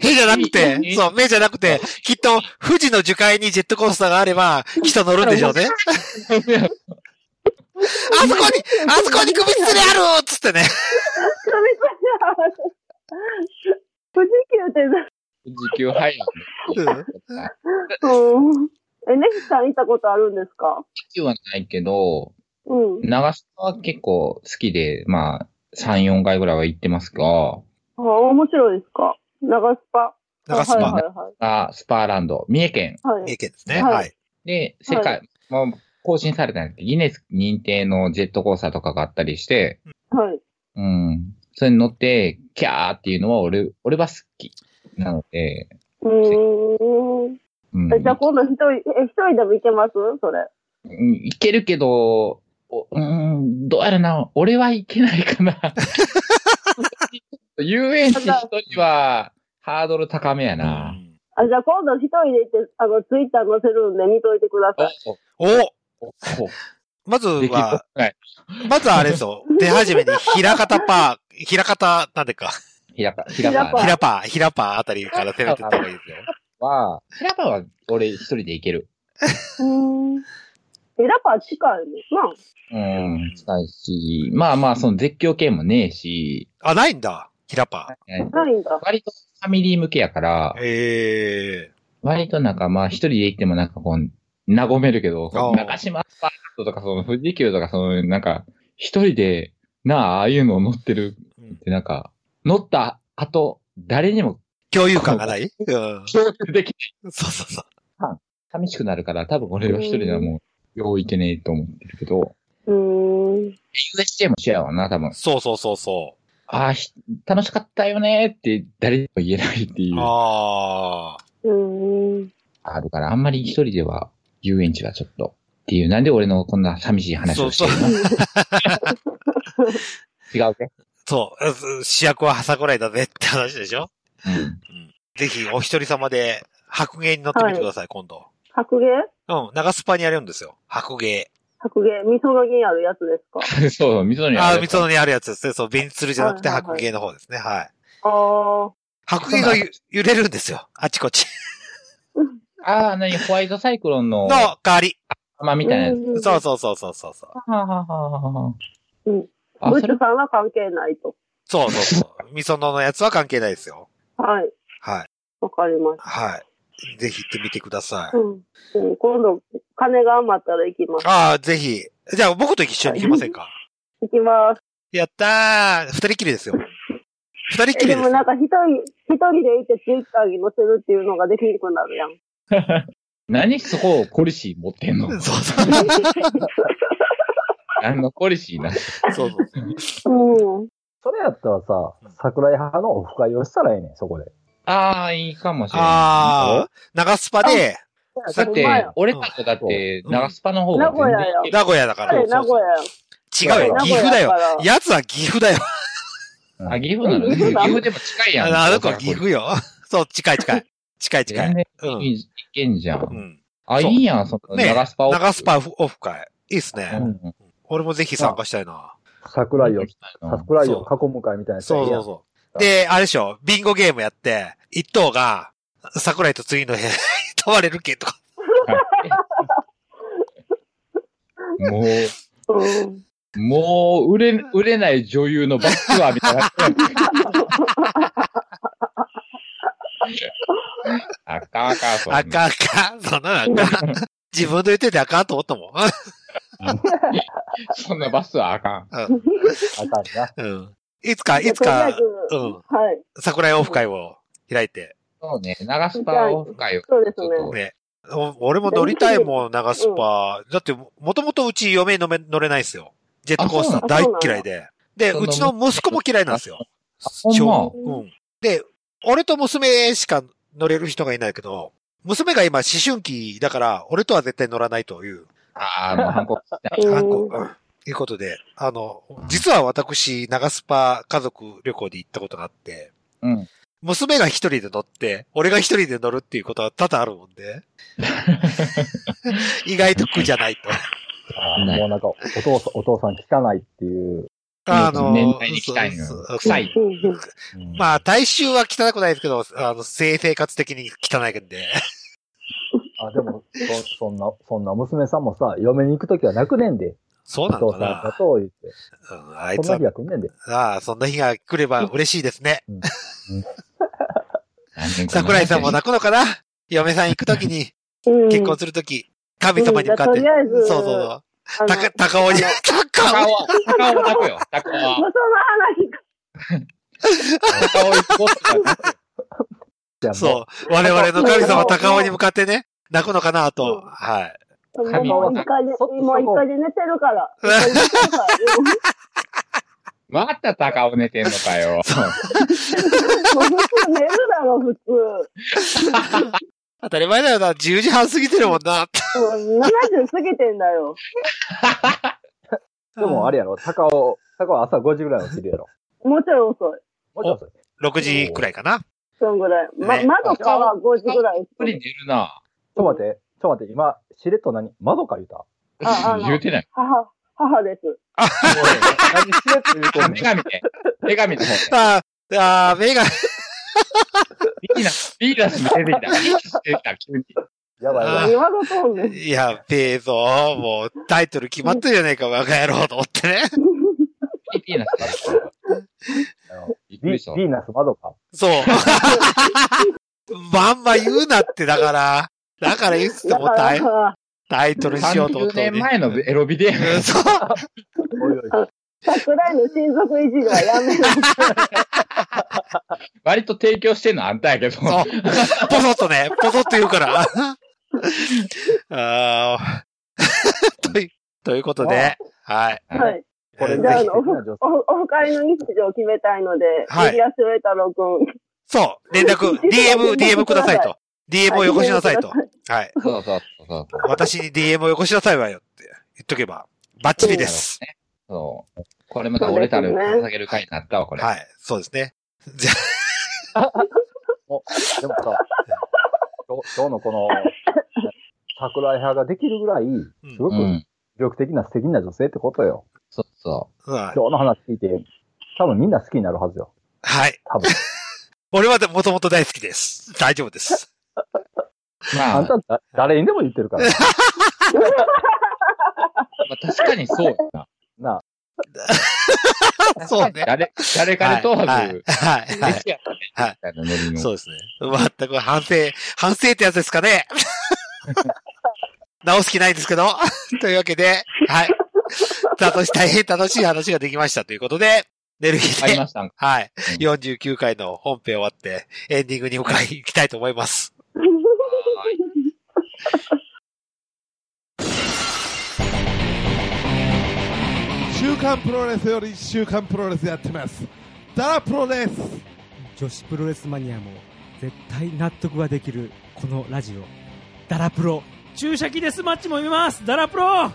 へじゃなく
いいい
て、
い
そう、目じゃなくて、きっと、富士の樹海にジェットコースターがあれば、人乗るんでしょう ね。あそこに、あそこに首吊りあるつってね。
富士急ってな、
富士急廃墟。
うん
富
うん。 え、ネヒさん行ったことあるんですか
士急はないけど、
うん。
長さは結構好きで、まあ、3、4回ぐらいは行ってますが、
あ、面白いですか長スパ。
長ス
はい
パ、
はい
あスパーランド、三重県
はい。は
三
い
重。県ですね。
はい
はい。
で、世界、もう更新されたんですけど、ギネス認定のジェットコースターとかがあったりして、
はい。
うん、それに乗って、キャーっていうのは俺、俺は好き。なので、
うーん。
うん、
えじゃあ今度一人、え、一人でも行けますそれ。
うんいけるけど、おうん、どうやらな、俺はいけないか な。遊園地一人は、ハードル高めやな。
あ、じゃあ今度一人で行って、あの、ツイッター載せるんで見といてください。
お
お、お、
まず
お、できっぽ
は、
くない。
まずはあれですよ。出始めに、平方パー、平方、なんでか、
ひらか、ひらか
ひ
平パー、平パーあたりから攻めていった方がいいですよ。
は、ひらかは俺一人で行ける。
うん。え、だから近いの
うん、近いし、まあまあ、その絶叫系もねえし、
あ、ないんだ。キラパ
はい
な。ないんだ。
割とファミリー向けやから
ー。、ええ
割となんかまあ一人で行ってもなんかこう、和めるけど、
ああ
中島アスパートとかその富士急とかそのなんか一人でなあああいうのを乗ってるってなんか、乗った後、誰にも
共有感がないうん。
協力できない。
そうそうそう。
寂しくなるから多分俺は一人ではもう、よういけねえと思ってるけど、
うーん。
USJ も一緒やわな、多分。
そうそうそうそ。
ああ、ひ楽しかったよねって誰にも言えないっていうう、
ああ。
う ーん。
あるから、あんまり一人では遊園地はちょっと。っていう、なんで俺のこんな寂しい話
そ
を
う
し
そう。
て違うね。
そう。主役は朝ぐらいだぜって話でしょ
うん。
ぜひ、お一人様で、白芸に乗ってみてください、今度。
白芸
うん、長スパにあるんですよ。白芸。
白芸味噌がにあるやつですか
そう そう、みそに
あ
あ
あ、
る
三つ野にあるやつですね。そう、ベンツルじゃなくて
はいはいは
白
い
芸の方ですね。はい。
ああ。
白芸がゆ揺れるんですよ。あちこち。
ああ、なに、ホワイトサイクロンの
の、代わり。
玉みたいなやつ。
うん
そうそうそうそうそうそう。
はあはあはあはあ
うん
あ、
ブ
そ
ッチ
れ
ョ、さんは関係ないと。
そうそうそう。みそののやつは関係ないですよ。
はい。
はい。
わかりまし
はい。ぜひ行ってみてくださ
た。
い。
うん。うん今度、金が余ったら行きます。
ああ、ぜひ。じゃあ、僕と一緒に行きませんか
行きます。
やったー。二人きりですよ。二人
え
きり
で
で
も
す
なん
よ。
か一人、一人で行ってツイッターに載せるっていうのができなくな るやん。
何そこをコリシー持ってんの
そうそう
あの、コリシーな。
そうそう。
うん。
それやったらさ、桜井派のオフ会をしたらええねん、そこで。
ああ、いいかもしれない。
ああ、長スパで、
だっ
ほんま
て
や、
俺たちだって、
うん
長スパの方が全然
名古屋よ
いける
名古屋だから。
彼名古屋
そうそう違う
や
よ
ん。。
岐阜だよ。
よ。
やつは岐阜だよ。
あ、岐阜なのね。
岐
岐
阜だ
阜でも近いやん。
あの子は岐阜よ。そう、近い近い。近い近
全
い。
然
う
い
ん。
いけんじゃ。
うんん。
あ、い
そう
いやん、その、
ね
長スパを。
長スパオフ会。いいっす
う
ね。
ん。
俺もぜひ参加したいな。
桜井を、
うん
桜井を囲む会みたいなやつ
そ
やえ
う
えや
そ
ん
うそう。で、あれでしょ、ビンゴゲームやって、一等が、桜井と次の部屋に 問われるけとか。
もう、
うん。
もう、売れ、売れない女優のバックツアーみたいな。あかんあかん、そんな
あかんあかん。そんなのあか ん。自分で言っててあかんと思ったもん。
そんなバスはあかん。
あかんな。
うん。いつか、いつ
とりあえ
か
ず、
うん。
はい。
桜井オフ会を開いて。
そうね、長スパオフ会を。
そうですね
ちょっと
ね。お俺も乗りたいもん、長スパ。だっても、もともとうち嫁乗め乗れないですよ。ジェットコースター
あそう
大
なの
っ嫌いで。で、
そん
う
な
ちの息子も嫌いなんですよ。
あほんま
超うん。で、俺と娘しか乗れる人がいないけど、娘が今思春期だから、俺とは絶対乗らないという、
ああ、もう反抗したい。
うん
反抗、うんいうことで、あの、実は私、長スパ家族旅行で行ったことがあって、
うん。
娘が一人で乗って、俺が一人で乗るっていうことは多々あるもんで。意外と苦じゃないと。
あーもうなんか、お父さん、お父さん聞かないっていう。
あ
年代に汚いのよ
そうそう
臭い
うん
うん
まあ、体臭は汚くないですけど、あの、性生活的に汚いんで。
あ、でもそ、 そんな、そんな娘さんもさ、嫁に行くときは泣くねんで。
そう
お
なの
父
か
さんだ
な
と言って。
うん、あいつ
そん
は
な日、が来んねんで。
ああ、そんな日が来れば嬉しいですね。桜井さんも
な。
泣くのかな嫁さん行くときに、
うん
結婚するとき、神様に向かって。
うんじゃあとりあえず
そうそうそう。
あの
たか、高尾に、高
高
尾
尾、高尾泣くよ。高尾
ま。あそ
高尾行こうって
じゃあも
そう。我々の神様高尾に向かってね、泣くのかなと。
うん
はい。
の話、
神
もう一回で、
そ
もう一回で寝てるから。 一回寝てるから
また高尾寝てんのか よ。
うんもう普通寝るだろ、普通。
当たり前だよな。10時半過ぎてるもんな。
うん70過ぎてんだよ。
うでもあれやろ、高尾、高尾朝5時ぐらいの昼やろ。
もうちょい遅い。
もうちょい遅い
6時くらいかな。
そんぐらい。ま、
ね
窓かは5時ぐらい。
ゆっくり寝るな。
ちょ待って、ちょ待って、今、しれっと何窓か言うた
ああの
言うてない。
母、母です。
何しれっと言うとんね
女神で。女神の方で。
あーあー、目が、
ビーナス、ビーナスに出てきた。ビーナス出てきた、急に。
やばいやばい。
言われたんです。
いや、ペーゾー、もうタイトル決まってるじゃねえか、バカ野郎と思ってね。
ピーピーなって
あの
びっく
ビ
りした。
ビーナス窓か。
そう。 まんま言うなって、だから。だから言うっつって
だ
もう
か
タイ
ら、
タイトルしようと思っ
30
て、
年前のエロビデオやん。
うんそう。
おいおい。
桜井の親族いじりはやめない。
割と提供してんのあんたやけ
そ
ど。
う。 ポソッとね、ポソッと言うから。 あ ーといということで、はい。
はい。
これ
ぜ
じゃあ、あ
ひ
の、オフオフ会の日時を決めたいので、
はい
右足上太郎くん、
そう、連 絡、DM、DM くださいと。DM をよこしなさ いと。はい。
そうそうそうそうそう。
私に DM をよこしなさいわよって言っとけば、バッチリです。
そう。これまた俺たる捧げる回になったわ、これ。
はい。そうですね。
でもさ、今日今日のこ の、桜井派ができるぐらい、すご
う
く
ん。
魅力的な素敵な女性ってことよ。
そうそ
うん
今日の話聞いて、多分みんな好きになるはずよ。
はい。
多分。
俺はもともと大好きです。大丈夫 です。
う。ま
あ
あ、
ん
ま
ただ誰にでも言ってるから。
あ確かにそうやな。
なあ、
そうね。
誰、誰かに問わ
はい
ず、。
はい。はい
歴史やったね
はい
みたいなノリの。
そうですね。全く反省、反省ってやつですか ね。直す気ないんですけど。 というわけで、はい。楽し、大変楽しい話ができましたということで、寝る日
あり
で、
ましたんか
はい。
うん
49回の本編終わって、エンディングに向かい、行きたいと思います。
週刊プロレスより週刊プロレスやってます。ダラプロです。
女子プロレスマニアも絶対納得ができるこのラジオダラプロ注射器デスマッチも見ますダラプロ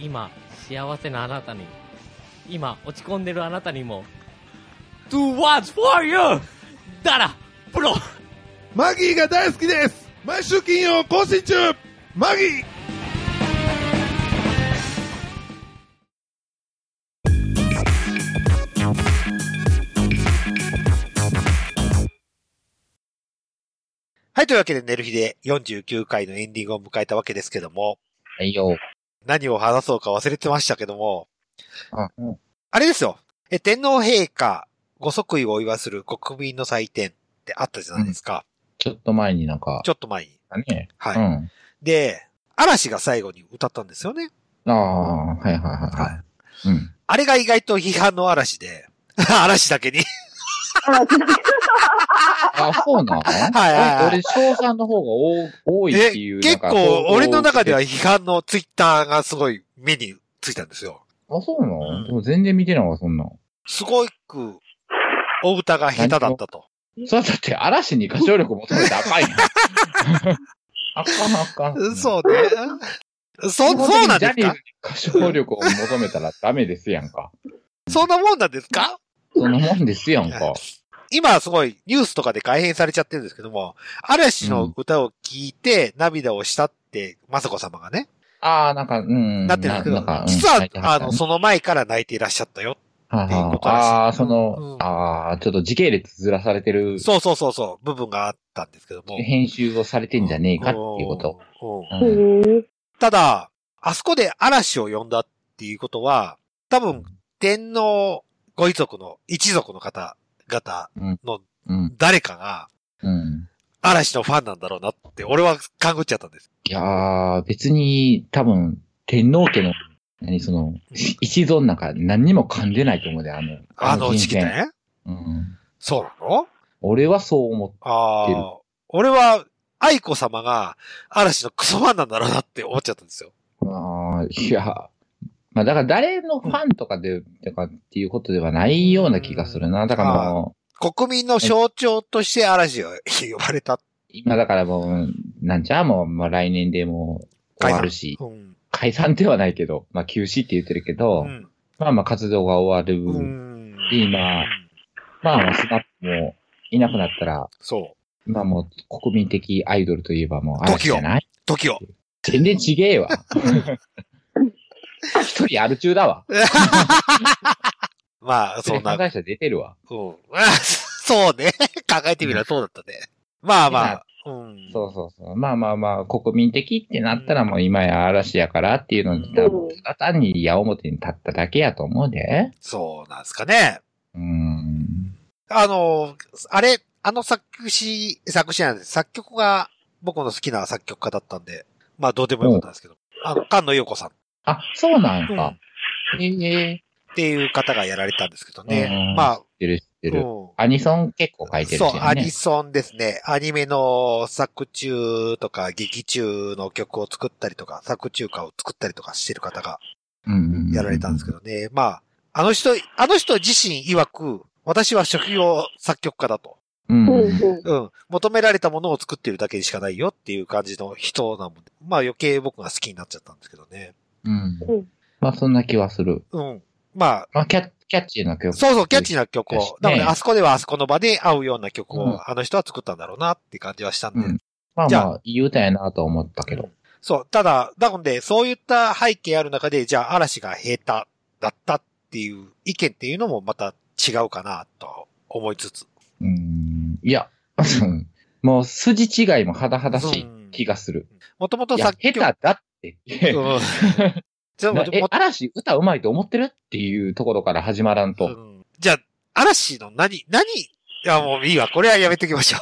今幸せなあなたに今落ち込んでるあなたにも Do what's for you! だらプロ
マギーが大好きです。毎週金曜更新中。マギー。
はい。というわけで、寝る日で49回のエンディングを迎えたわけですけども、
はいよ。
何を話そうか忘れてましたけども、
うんうん
あれですよ。え、天皇陛下、ご即位をお祝いする国民の祭典ってあったじゃないですか。
ちょっと前になんか
ち、ょっと前に。
ね。
はい。
うん。
で、嵐が最後に歌ったんですよね。
ああ、はいはいはい
は
はい。うん。
あれが意外と批判の嵐で、 嵐だけに。
あ、そうなの
はいはい
俺、賞賛の方が多多いっていう。
結
なんか
構、俺の中では
あ、
批判のツイッターがすごい目についたんですよ。
そうな
うん
の、でも全然見てないわ、そんなん。
すごく、お歌が下手だったと。
それだって、嵐に歌唱力求めてあかんやん。あかんあかん。
そうね。 そ、そうなんです
基本的にジャニー
か
ズに歌唱力を求めたらダメですやんか。
そんなもんなんですか
そんなもんですやんか。
今すごいニュースとかで改変されちゃってるんですけども、嵐の歌を聴いて涙をしたって、雅子様がね、
ああ、なんか、うん。
なってるんですけど
なんか、う、ん
実は、あの、
は
その前から泣いていらっしゃったよ。
あ
っていうこ
は
とらしい
ああー、その、
うん
ああ、ちょっと時系列ずらされてる、
そうそうそうそう、部分があったんですけども。
編集をされてんじゃねえかっていうこと。
うん。うん
うん
ただ、あそこで嵐を呼んだっていうことは、多分、天皇ご遺族の一族の方々の
うん。
誰かが
うん。
嵐のファンなんだろうなって、俺は勘ぐっちゃったんです。
いやー、別に、多分、天皇家の、何その、一存なんか何にも噛んでないと思うで、あの、
あの時期
人選
ね。
うん。
そうなの
俺はそう思っ
あ
出る
あ。俺は、愛子様が嵐のクソファンなんだろうなって思っちゃったんですよ。
た。あーいや、まあだから誰のファンとかで、とかっていうことではないような気がするな。だからもう、
国民の象徴として嵐を呼ばれた。
今だからもう、なんちゃあもう、まあ来年でもう終わるし、
うん。
解散ではないけど、まあ休止って言ってるけど、
うん。
まあまあ活動が終わる。
うん。
で、今、まあまあスナップもいなくなったら、
そう。
今もう国民的アイドルといえばもう嵐じゃない
時を。
全然ちげえわ。 一人アル中だわ。
まあ、そ
そ
ん
ん
な
な。会社出てるわ。
うん。そうね。考えてみればそうだったね。まあまあ、うん。
そうそうそう。まあまあまあ、国民的ってなったらもう今や嵐やからっていうのに、た
うん
だ単に矢面に立っただけやと思うで。
そうなんですかね。
うん。
あの、あれ、あの作詞、作詞じゃなんです。作曲が僕の好きな作曲家だったんで、まあどうでもよかったんですけど、あの、菅野陽子さんっ
あ、そうなんか。ええ
ていう方がやられたんですけど
う
ね
ん。
まあ、
知ってる知って
う
る。
ん。
アニソン結構書いてるし、ね。
そう、アニソンですね。アニメの作中とか劇中の曲を作ったりとか、作中歌を作ったりとかしてる方が
うん
やられたんですけ
ど。
どね。まあ、あの人、あの人自身曰く、私は職業作曲家だと。
うん
うん
う。
うんん。
うん。求められたものを作ってるだけにしかないよっていう感じの人なもんで。まあ余計僕が好きになっちゃったんですけどね。
うん
うん
まあそんな気はする。
うん。ま
まあキャッキャッチーな曲。
あ、そうそう、キャッチーな曲
ですね
を。だからね、あそこではあそこの場で合うような曲
うん
をあの人は作ったんだろうなって感じはしたんで。
うんまあ
じ
ま
ゃ
あ、いい歌やなと思ったけど。
そう、ただ、だもんで、そういった背景ある中で、じゃあ嵐が平坦だったっていう意見っていうのもまた違うかなと思いつつ。
うん。いや、 うんもう筋違いも肌々しい気がする。
もともと
いや、
作
下手
曲。
だって。
うんちょっ
な
と
え
も、
嵐歌うまいと思ってるっていうところから始まらんと。
うんじゃあ、嵐の何、何いや、もういいわ。これはやめておきましょ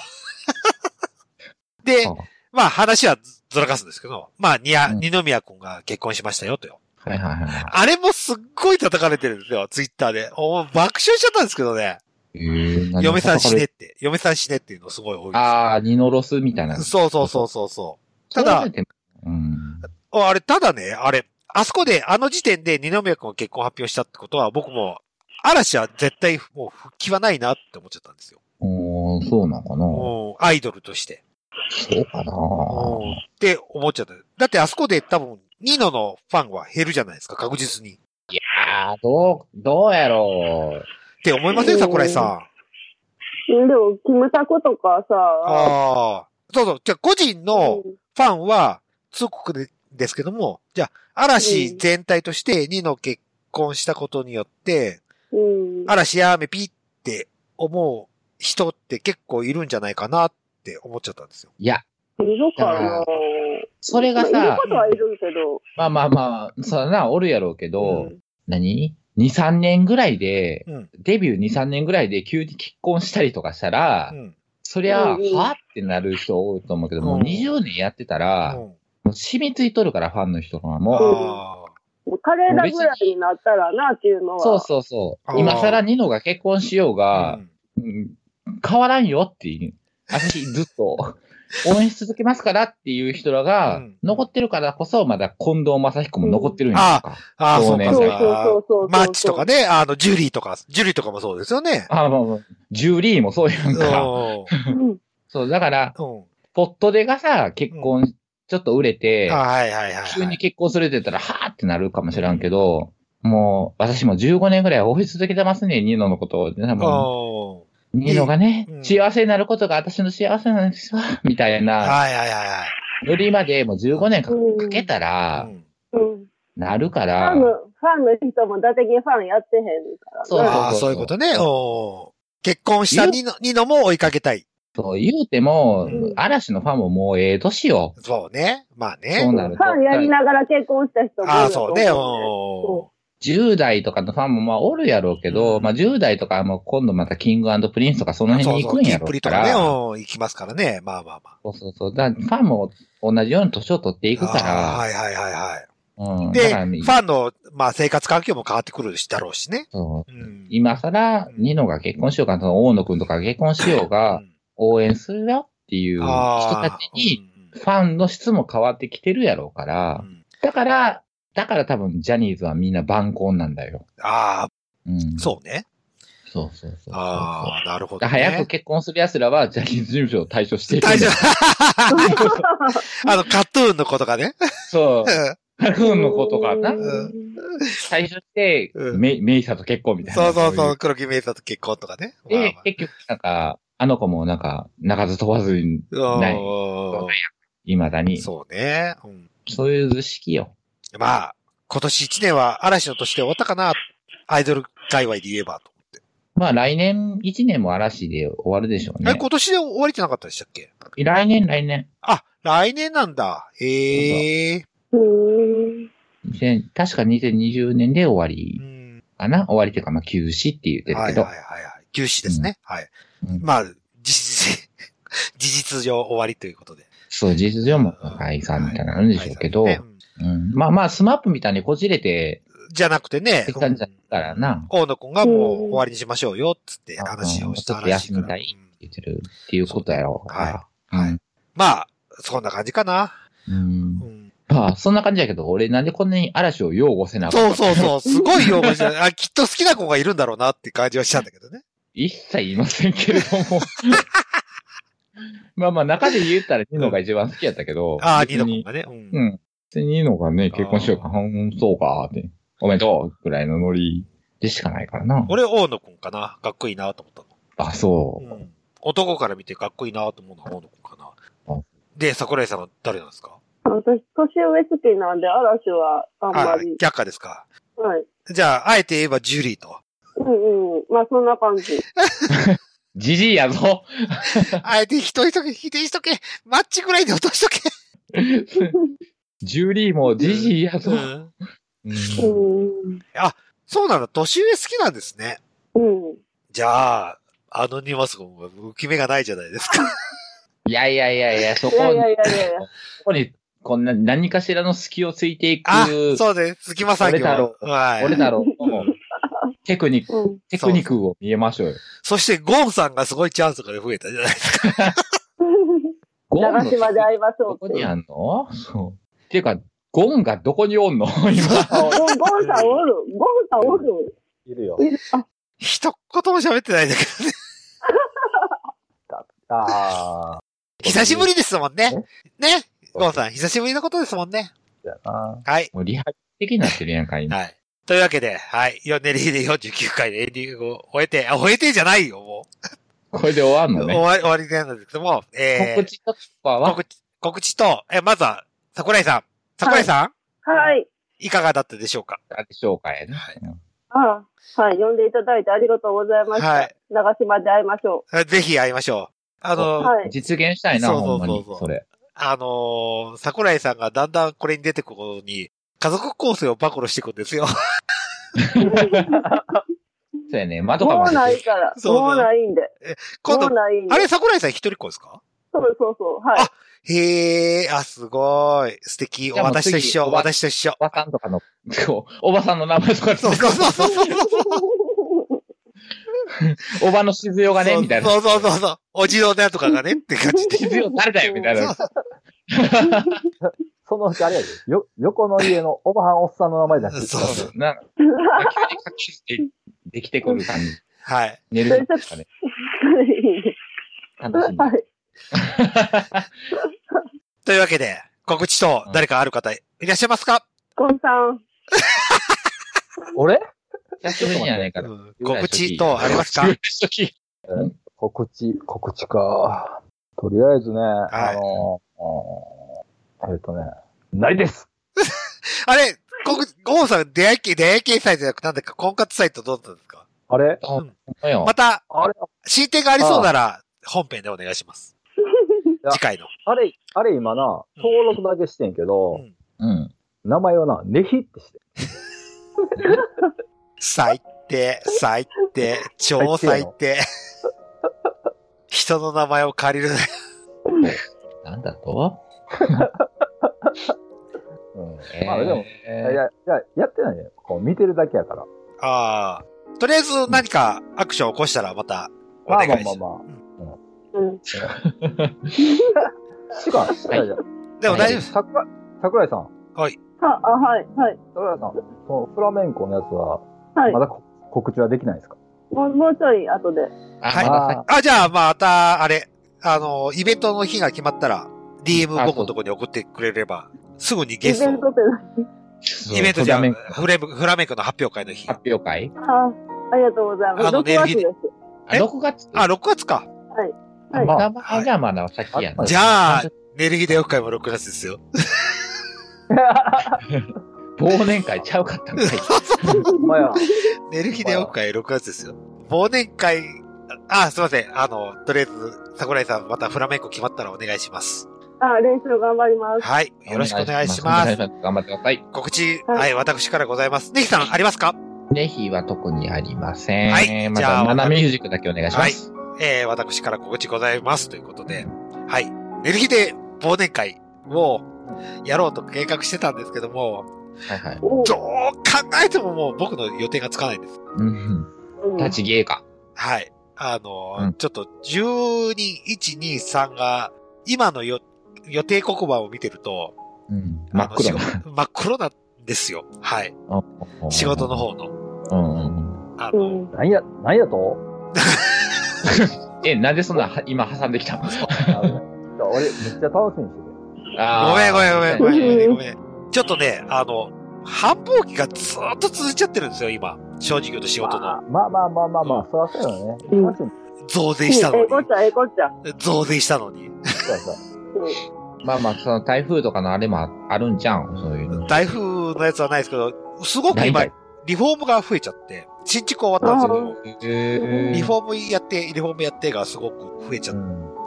う。 で
あ、
まあ話はずずらかすんですけど、まあ、にや、
うん
二宮くんが結婚しましたよとよ。
はいはいはいは
あれもすっごい叩かれてるんですよ、ツイッターで。お爆笑しちゃったんですけどね。
い。えー何
嫁さん死ねって、嫁さん死ねっていうのすごい多いで
ああ、ニノロスみたいな。
す。そうそうそうそうそう。ただ
それ、でうん。
おあれ、ただね、あれ、あそこで、あの時点で二宮くんが結婚発表したってことは、僕も、嵐は絶対もう復帰はないなって思っちゃったんですよ。
おーそうなんかな。
うんアイドルとして。
そうかな。
うんって思っちゃった。だってあそこで多分、ニノのファンは減るじゃないですか、確実に。っ
いやー、どう、どうやろ
て思いません、桜井さん。あ
うんでも、キムタクとかさ、
あー。そうそう。じゃあ個人の
うん
ファンは、通告でですけども、じゃあ、嵐全体としてニノ結婚したことによって、
うん。
嵐やめぴって思う人って結構いるんじゃないかなって思っちゃったんですよ。
う。いや、
いるのかな
それが
まあいる
さ
こ、とはいるけど。
まあまあまあ、そうだな、おるやろうけど、
うん
何 ?2、3年ぐらいで、
うん
デビュー2、3年ぐらいで急に結婚したりとかしたら、
うん。
そりゃ、
うんうん
はってなる人多いと思うけど、も
う
う
ん
20年やってたら、
う
も
ん
う染みついとるから、ファンの人が
あ
もう。
あ。
もう彼らぐらいになったらなっていうのは。
そうそうそう。今更ニノが結婚しようが
う、ん
うん変わらんよっていう。私ずっと応援し続けますからっていう人ら
う
が
ん
残ってるからこそ、まだ近藤正彦も残ってるんやんか。
ああ、そ
そううね
か、
そ
そうう
そう
か。
そうそう。
マッチとかね、あの、ジュリーとか、ジュリーとかもそうですよね。
あまあまあ、ジュリーもそうや
うんん。
か。
うん。
そう、だから、
うん
ポットでがさ、結婚、ちょっと売れて
あ、はいはいはい
急
は
に
い。
結婚するって言ったら、はーってなるかもしらんけど、もう、私も15年ぐらい応援し続けてますね、ニノのことを。でも
お
ニノがね
う、ん
幸せになることが私の幸せなんですわ、みたい
ー
な。
はいはいはいはい。
よりまでもう15年か
うん
かけたら
う、ん
うん
なるか
フ
ら
ァン、の、ファンの人も、伊達にファンやってへんからな。
そう
ああ、そういうことね。おー結婚したニノニノも追いかけたい。
そう言うても
うん、
嵐のファンももうええ年よ。
そうね。まあ
そう
ね。
なる
ファンやりながら結婚した人もいる
ああ、そうね。
と思
お
10代とかのファンもまあおるやろうけど、
うん
まあ10代とかはもう今度またキングプリンスとかその
ーそう
辺に行
そ
く
う。
ん
キ
や
ン
ろ
プ
う
リ
か。
とからね。
そ
うん行きますからね。まあまあまあ。
うそうそう。だからファンも同じように年を取っていく
あー
か
はいはいはいはい。
ら、うん。だ
で、
か
フ
ら、
ァンの、まあ生活環境も変わってくるしだろうしね。
そう
うん。
今更、ニノが結婚しようか、その大野くんとかが結婚しよう
う
が、
ん
応援するよっていう人
あー
たちに、
うん
ファンの質も変わってきてるやろうから
う、ん
だから、だから多分ジャニーズはみんな晩婚なんだよ。
ああ、
うん。
そうね。
う。そうそうそう。
ああ、なるほ
だ
ど、
から
ね。
早く結婚する奴らはジャニーズ事務所を退所してる。
大丈夫。
う
あの、カトゥーンのことがね。
そう。ハクーンの子とかな。
うん
退所して、
うん
メイメイサと結婚みた い
そ
な。
うそうそう、
い
黒木メイサと結婚とかね。
う。で、結局なんか、あの子もなんか、泣かず飛ばずに、
まあま
な
あ
い
うん
未だに。そ
そうね、うん
ういう図式よ。
まあ、今年一年は嵐の年で終わったかな。アイドル界隈で言えばと。
まあ来年1年も嵐で終わるでしょう
え、
ね。
今年で終わりじゃなかったでしたっけ
来年来年。
あ、来年なんだ。ええ
うん。
2000確か2020年で終わ
う
り
ん。
かな終わりっていうか、まあ休止って言ってる
は
け
いはい
ど。
はいはい。休止ですね。はい。
うん
まあ、事実、 事実上終わりということで。
そう、事実上も解散みたいなのあるんでしょうけど、
はいはいうん
うん、まあまあ、スマップみたいにこじれて
じゃなくてね
でき、たんじゃないからな、
河野くんがもう終わりにしましょうよ、つって話をした
うん
らしい
ちょ
か
っと休みた
ら。
い言ってるっていうことやろうから。
はい
うん
まあ、そんな感じかな。
うん
うん
まあ、そんな感じだけど、俺なんでこんなに嵐を擁護せなあかん
そうそうそう、すごいよ、面白いあ、きっと好きな子がいるんだろうなって感じはしたんだけどね。
一切言いませんけれども。 まあまあ、中で言ったらニノが一番好きやったけど。
ああ、ニ
別
ノ
に
君がね。うん
うん。別にニノがね、結婚しようか、うん、そうか、って。おめでとうぐらいのノリでしかないからな。
俺、大野くんかな。かっこいいなと思った
あ、そう。
の。うん男から見てかっこいいなと思うのは大野くんかな
あ。
で、桜井さんは誰なんですか
私、年上好きなんで、嵐はあんま
あ、
り。
却下ですか。
はい。
じゃあ、あえて言えばジュリー と。
うんうん。まあ、そんな感じ。
じじいや ぞ。
あえて一人とけ、否定しとけ、マッチぐらいで落としとけ。
ジュリーもじじいやぞ。うん
うん。
そうなんだ、年上好きなんですね。
うん。
じゃあ、アノニマスゴンは浮き目がないじゃないですか。
いやいやいやいや、そ
い
こ、
やいやい
そ
やいやいや。
こに、こんな何かしらの隙をついていく、
あ、そうね、隙間産業。
俺だろ
はい。
俺だろう
う
の
ん
テクニック、
うん。
テクニックを見えましょうよ。
そして、ゴンさんがすごいチャンスが増えたじゃないですか。
ゴンの
長島で会いまし
ど
ょ
こ
うって。
にあんのそう。っていうか、ゴンがどこにおん の今。
ゴンゴンさんおる。ゴンさんおる。
いるよ。
一言も喋ってないんだけどね。
ああ、
久しぶりですもんね。ね。
そう
ゴンさん、久しぶりのことですもんね。
だよな。
はい。
もうリハビリ的になってるやんか、今。
はい。というわけで、はい。よネリーで49回でエンディングを終えて、あ、終えてじゃないよ、も
これで終わん
う。
の
終
ね。
わり、終わりなんですけども、えー、
告知とかは
告知、告知と、え、まずは、桜井さん。桜井さん、
はい。
い、かがだったでしょうか
あれでしょうかやね。
ああはい。呼んでいただいてありがとうございました。
はい
長島で会いましょ
あぜひ会いましょう。あ
う。
の、
はい。
実現したいな、
そうそう
ほんま
そう
に
そう。
それ。
あのー桜井さんがだんだんこれに出てくることに、家族構成を暴露していくんですよ。
そうやね。窓か
も
ま
うな
で
い。から。
そうそう
もうないんで。
今
もう
度、
ないんで。
あれ桜井さん一人っ子ですか
そうそうそう。はい。
へえ、あ、すごい。素敵。
ゃあもう
私と一緒。
次おば
私と一緒。
おばさんとかの、こうおばさんの名前とか、
そうそうそうそうそう。
おばの静代がね、みたいな。
そうそうそうそう。おじのなんとかがねって感じ で。
静代誰だよ、みたいな。
そのうちあれやで、よ、横の家のおばはんおっさんの名前だし。
そうそう
そうなんか、急にかけて、できてくる感じ。
はい。
寝 るとかね。楽しみ。
はい。
というわけで、告知と誰かある方いらっしゃいますか、
ゴンさん。
俺
久しぶりやねんから
う。ん告知とありますか
告知、告知か。とりあえずね、
い
あのー、うんえっとね、ないです
あれ、こゴーさん、出会い系、出会い系サイトじゃなく、なんだか婚活サイトどうだったんですか
あれ
よ
また、
あれ
進展がありそうなら、本編でお 願いします。
や
次回の。
あれ、あれ今な、登録だけしてんけど、
うん
うん。
名前はな、ネヒってして。
最低、最低、超最低。人の名前を借りるな。
なんだと
うん。
え
まあでも、いや、い
ー
や、やってないね。こう見てるだけやから。
ああ。とりあえず何かアクションを起こしたらまたお
ま
願
あ
いし
ま
ま
あ
す。
まあま
うん。
あ。しか、し
は
か、
い
いや、
でも大丈夫です。
桜井桜井さん、
は、あ、はい。はい。
桜井さん、そのフラメンコのやつは、
はい。
ま
も
だこ告知はできないですか
う、もうちょい後で。
あ、
はい
まださ
あ、じゃあまた、あれ、あの、イベントの日が決まったら、DM
あ
僕のとこに送ってくれれば、すぐに
イベ
ゲ
ン
ストを
トってな
そう
イベントじゃ
フラメン
ん、フレブフラメンコの発表会の日。
発表会
あ、ありがとうございます。
あの
6月です。
あ、
え
6月
あ、6月か。
はい
まあ、
はい
じゃあまだ先やな。
じゃあ、寝る日でオフ会も6月ですよ。
忘年会ちゃうかったんかい。
ほんまや。
寝る日でオフ会6月ですよ。忘年会、あ、すいません。あの、とりあえず、桜井さん、またフラメンコ決まったらお願いします。
あ、練習頑張ります。
はい。 よろしくお願いします。
頑張ってください。
告知、
はい
はい、私からございます。ネヒさん、ありますか
ネヒは特にありません。
はい
ま
じゃ
た、
あ
ナナミュージックだけお願いします。
えー、私から告知ございます。ということで、はい。寝る日で忘年会をやろうと計画してたんですけども、
はい、はい、はい。
おう
どう考えてももう僕の予定がつかないんです。
うん。
うん
立ち芸か。
はい。あの、
うん
ちょっと、10人、1、2、3が、今のよ予定黒板を見てると、
うん。真っ黒
あの仕事真っ黒なんですよ。はい。
な。
仕事の。方の。
うんうんうん。
あ
う
の、
ん。
何や、何やと
え、なんでそんなは今挟んできたの
あの俺、めっちゃ楽しみにしてる。
ごめんごめんごめんごめんごめん
うん
ごめん。ちょっとね、あの、繁忙期がずーっと続いちゃってるんですよ、今。正直言うと仕事
まあ
の。
まあまあまあまあまあ、そらそうよね。
うん
楽しみ
増
え
税
え
したの
こっ
に
ち。ゃ、ええこっちゃ。
増税したのに。
そうそう。
う
まあまあ、その台風とかのあれもああるんじゃん、そういうの。
台風のやつはないですけど、すごく
ないん
今
かい、
リフォームが増えちゃって、新築終わったんですけど、
へ
リフォームやって、リフォームやってがすごく増えちゃっ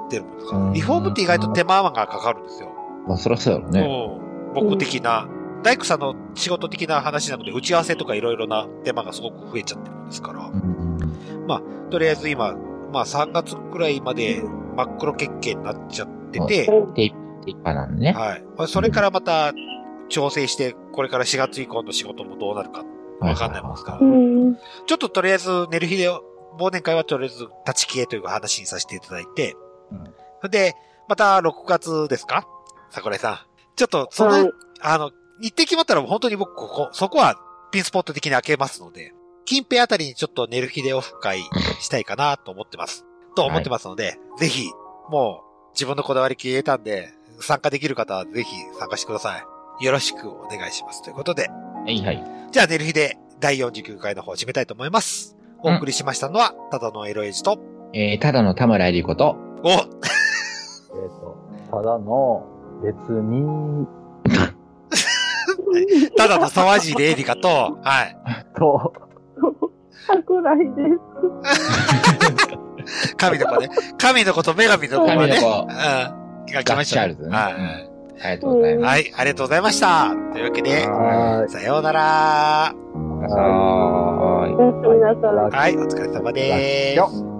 てるもんですか
う
ら、
ん
リフォームって意外と手間がかかるんですよ。
まあ、そらそうやろね。
うん僕的な、大工さんの仕事的な話なので、打ち合わせとかいろいろな手間がすごく増えちゃってるんですから、
うん
とりあえず今、まあ3月くらいまで真っ黒欠形になっちゃってて、
ん。
立派なのね。
はい。まあ、それからまた調整して、これから4月以降の仕事もどうなるかわかんないもんですから
う、ん。
ちょっととりあえず寝る日で、忘年会はとりあえず立ち消えという話にさせていただいて、
うん
それで、また6月ですか桜井さん。ちょっと、その、
はい
あの、日程決まったら本当に僕、ここ、そこはピンスポット的に開けますので、近辺あたりにちょっと寝る日でオフ会したいかなと思ってます。と思ってますので、ぜひ、もう、自分のこだわり消えたんで、参加できる方はぜひ参加してください。よろしくお願いします。ということで、
はいはい。
じゃあ、寝る日で第49回の方を締めたいと思います。お送りしましたのは、ただのエロエジと、
えー、ただの田村えりこと、
お、
えっ、と、ただの、別に、
た だの沢尻でエリカと、はい、
と、
桜井です。
神の子ね、神の子と女神の子が
神の
ね、
子
うん、、が来
ガ
ま
ッ
し
チャ
た
ー
ね
ルズね。
は
うんありがとうござい
い。
ます。
はい、ありがとうございました。というわけで、
は
さようなら。
はーい。
おやすみなさい。
はい、お疲れ様でーす。
よっ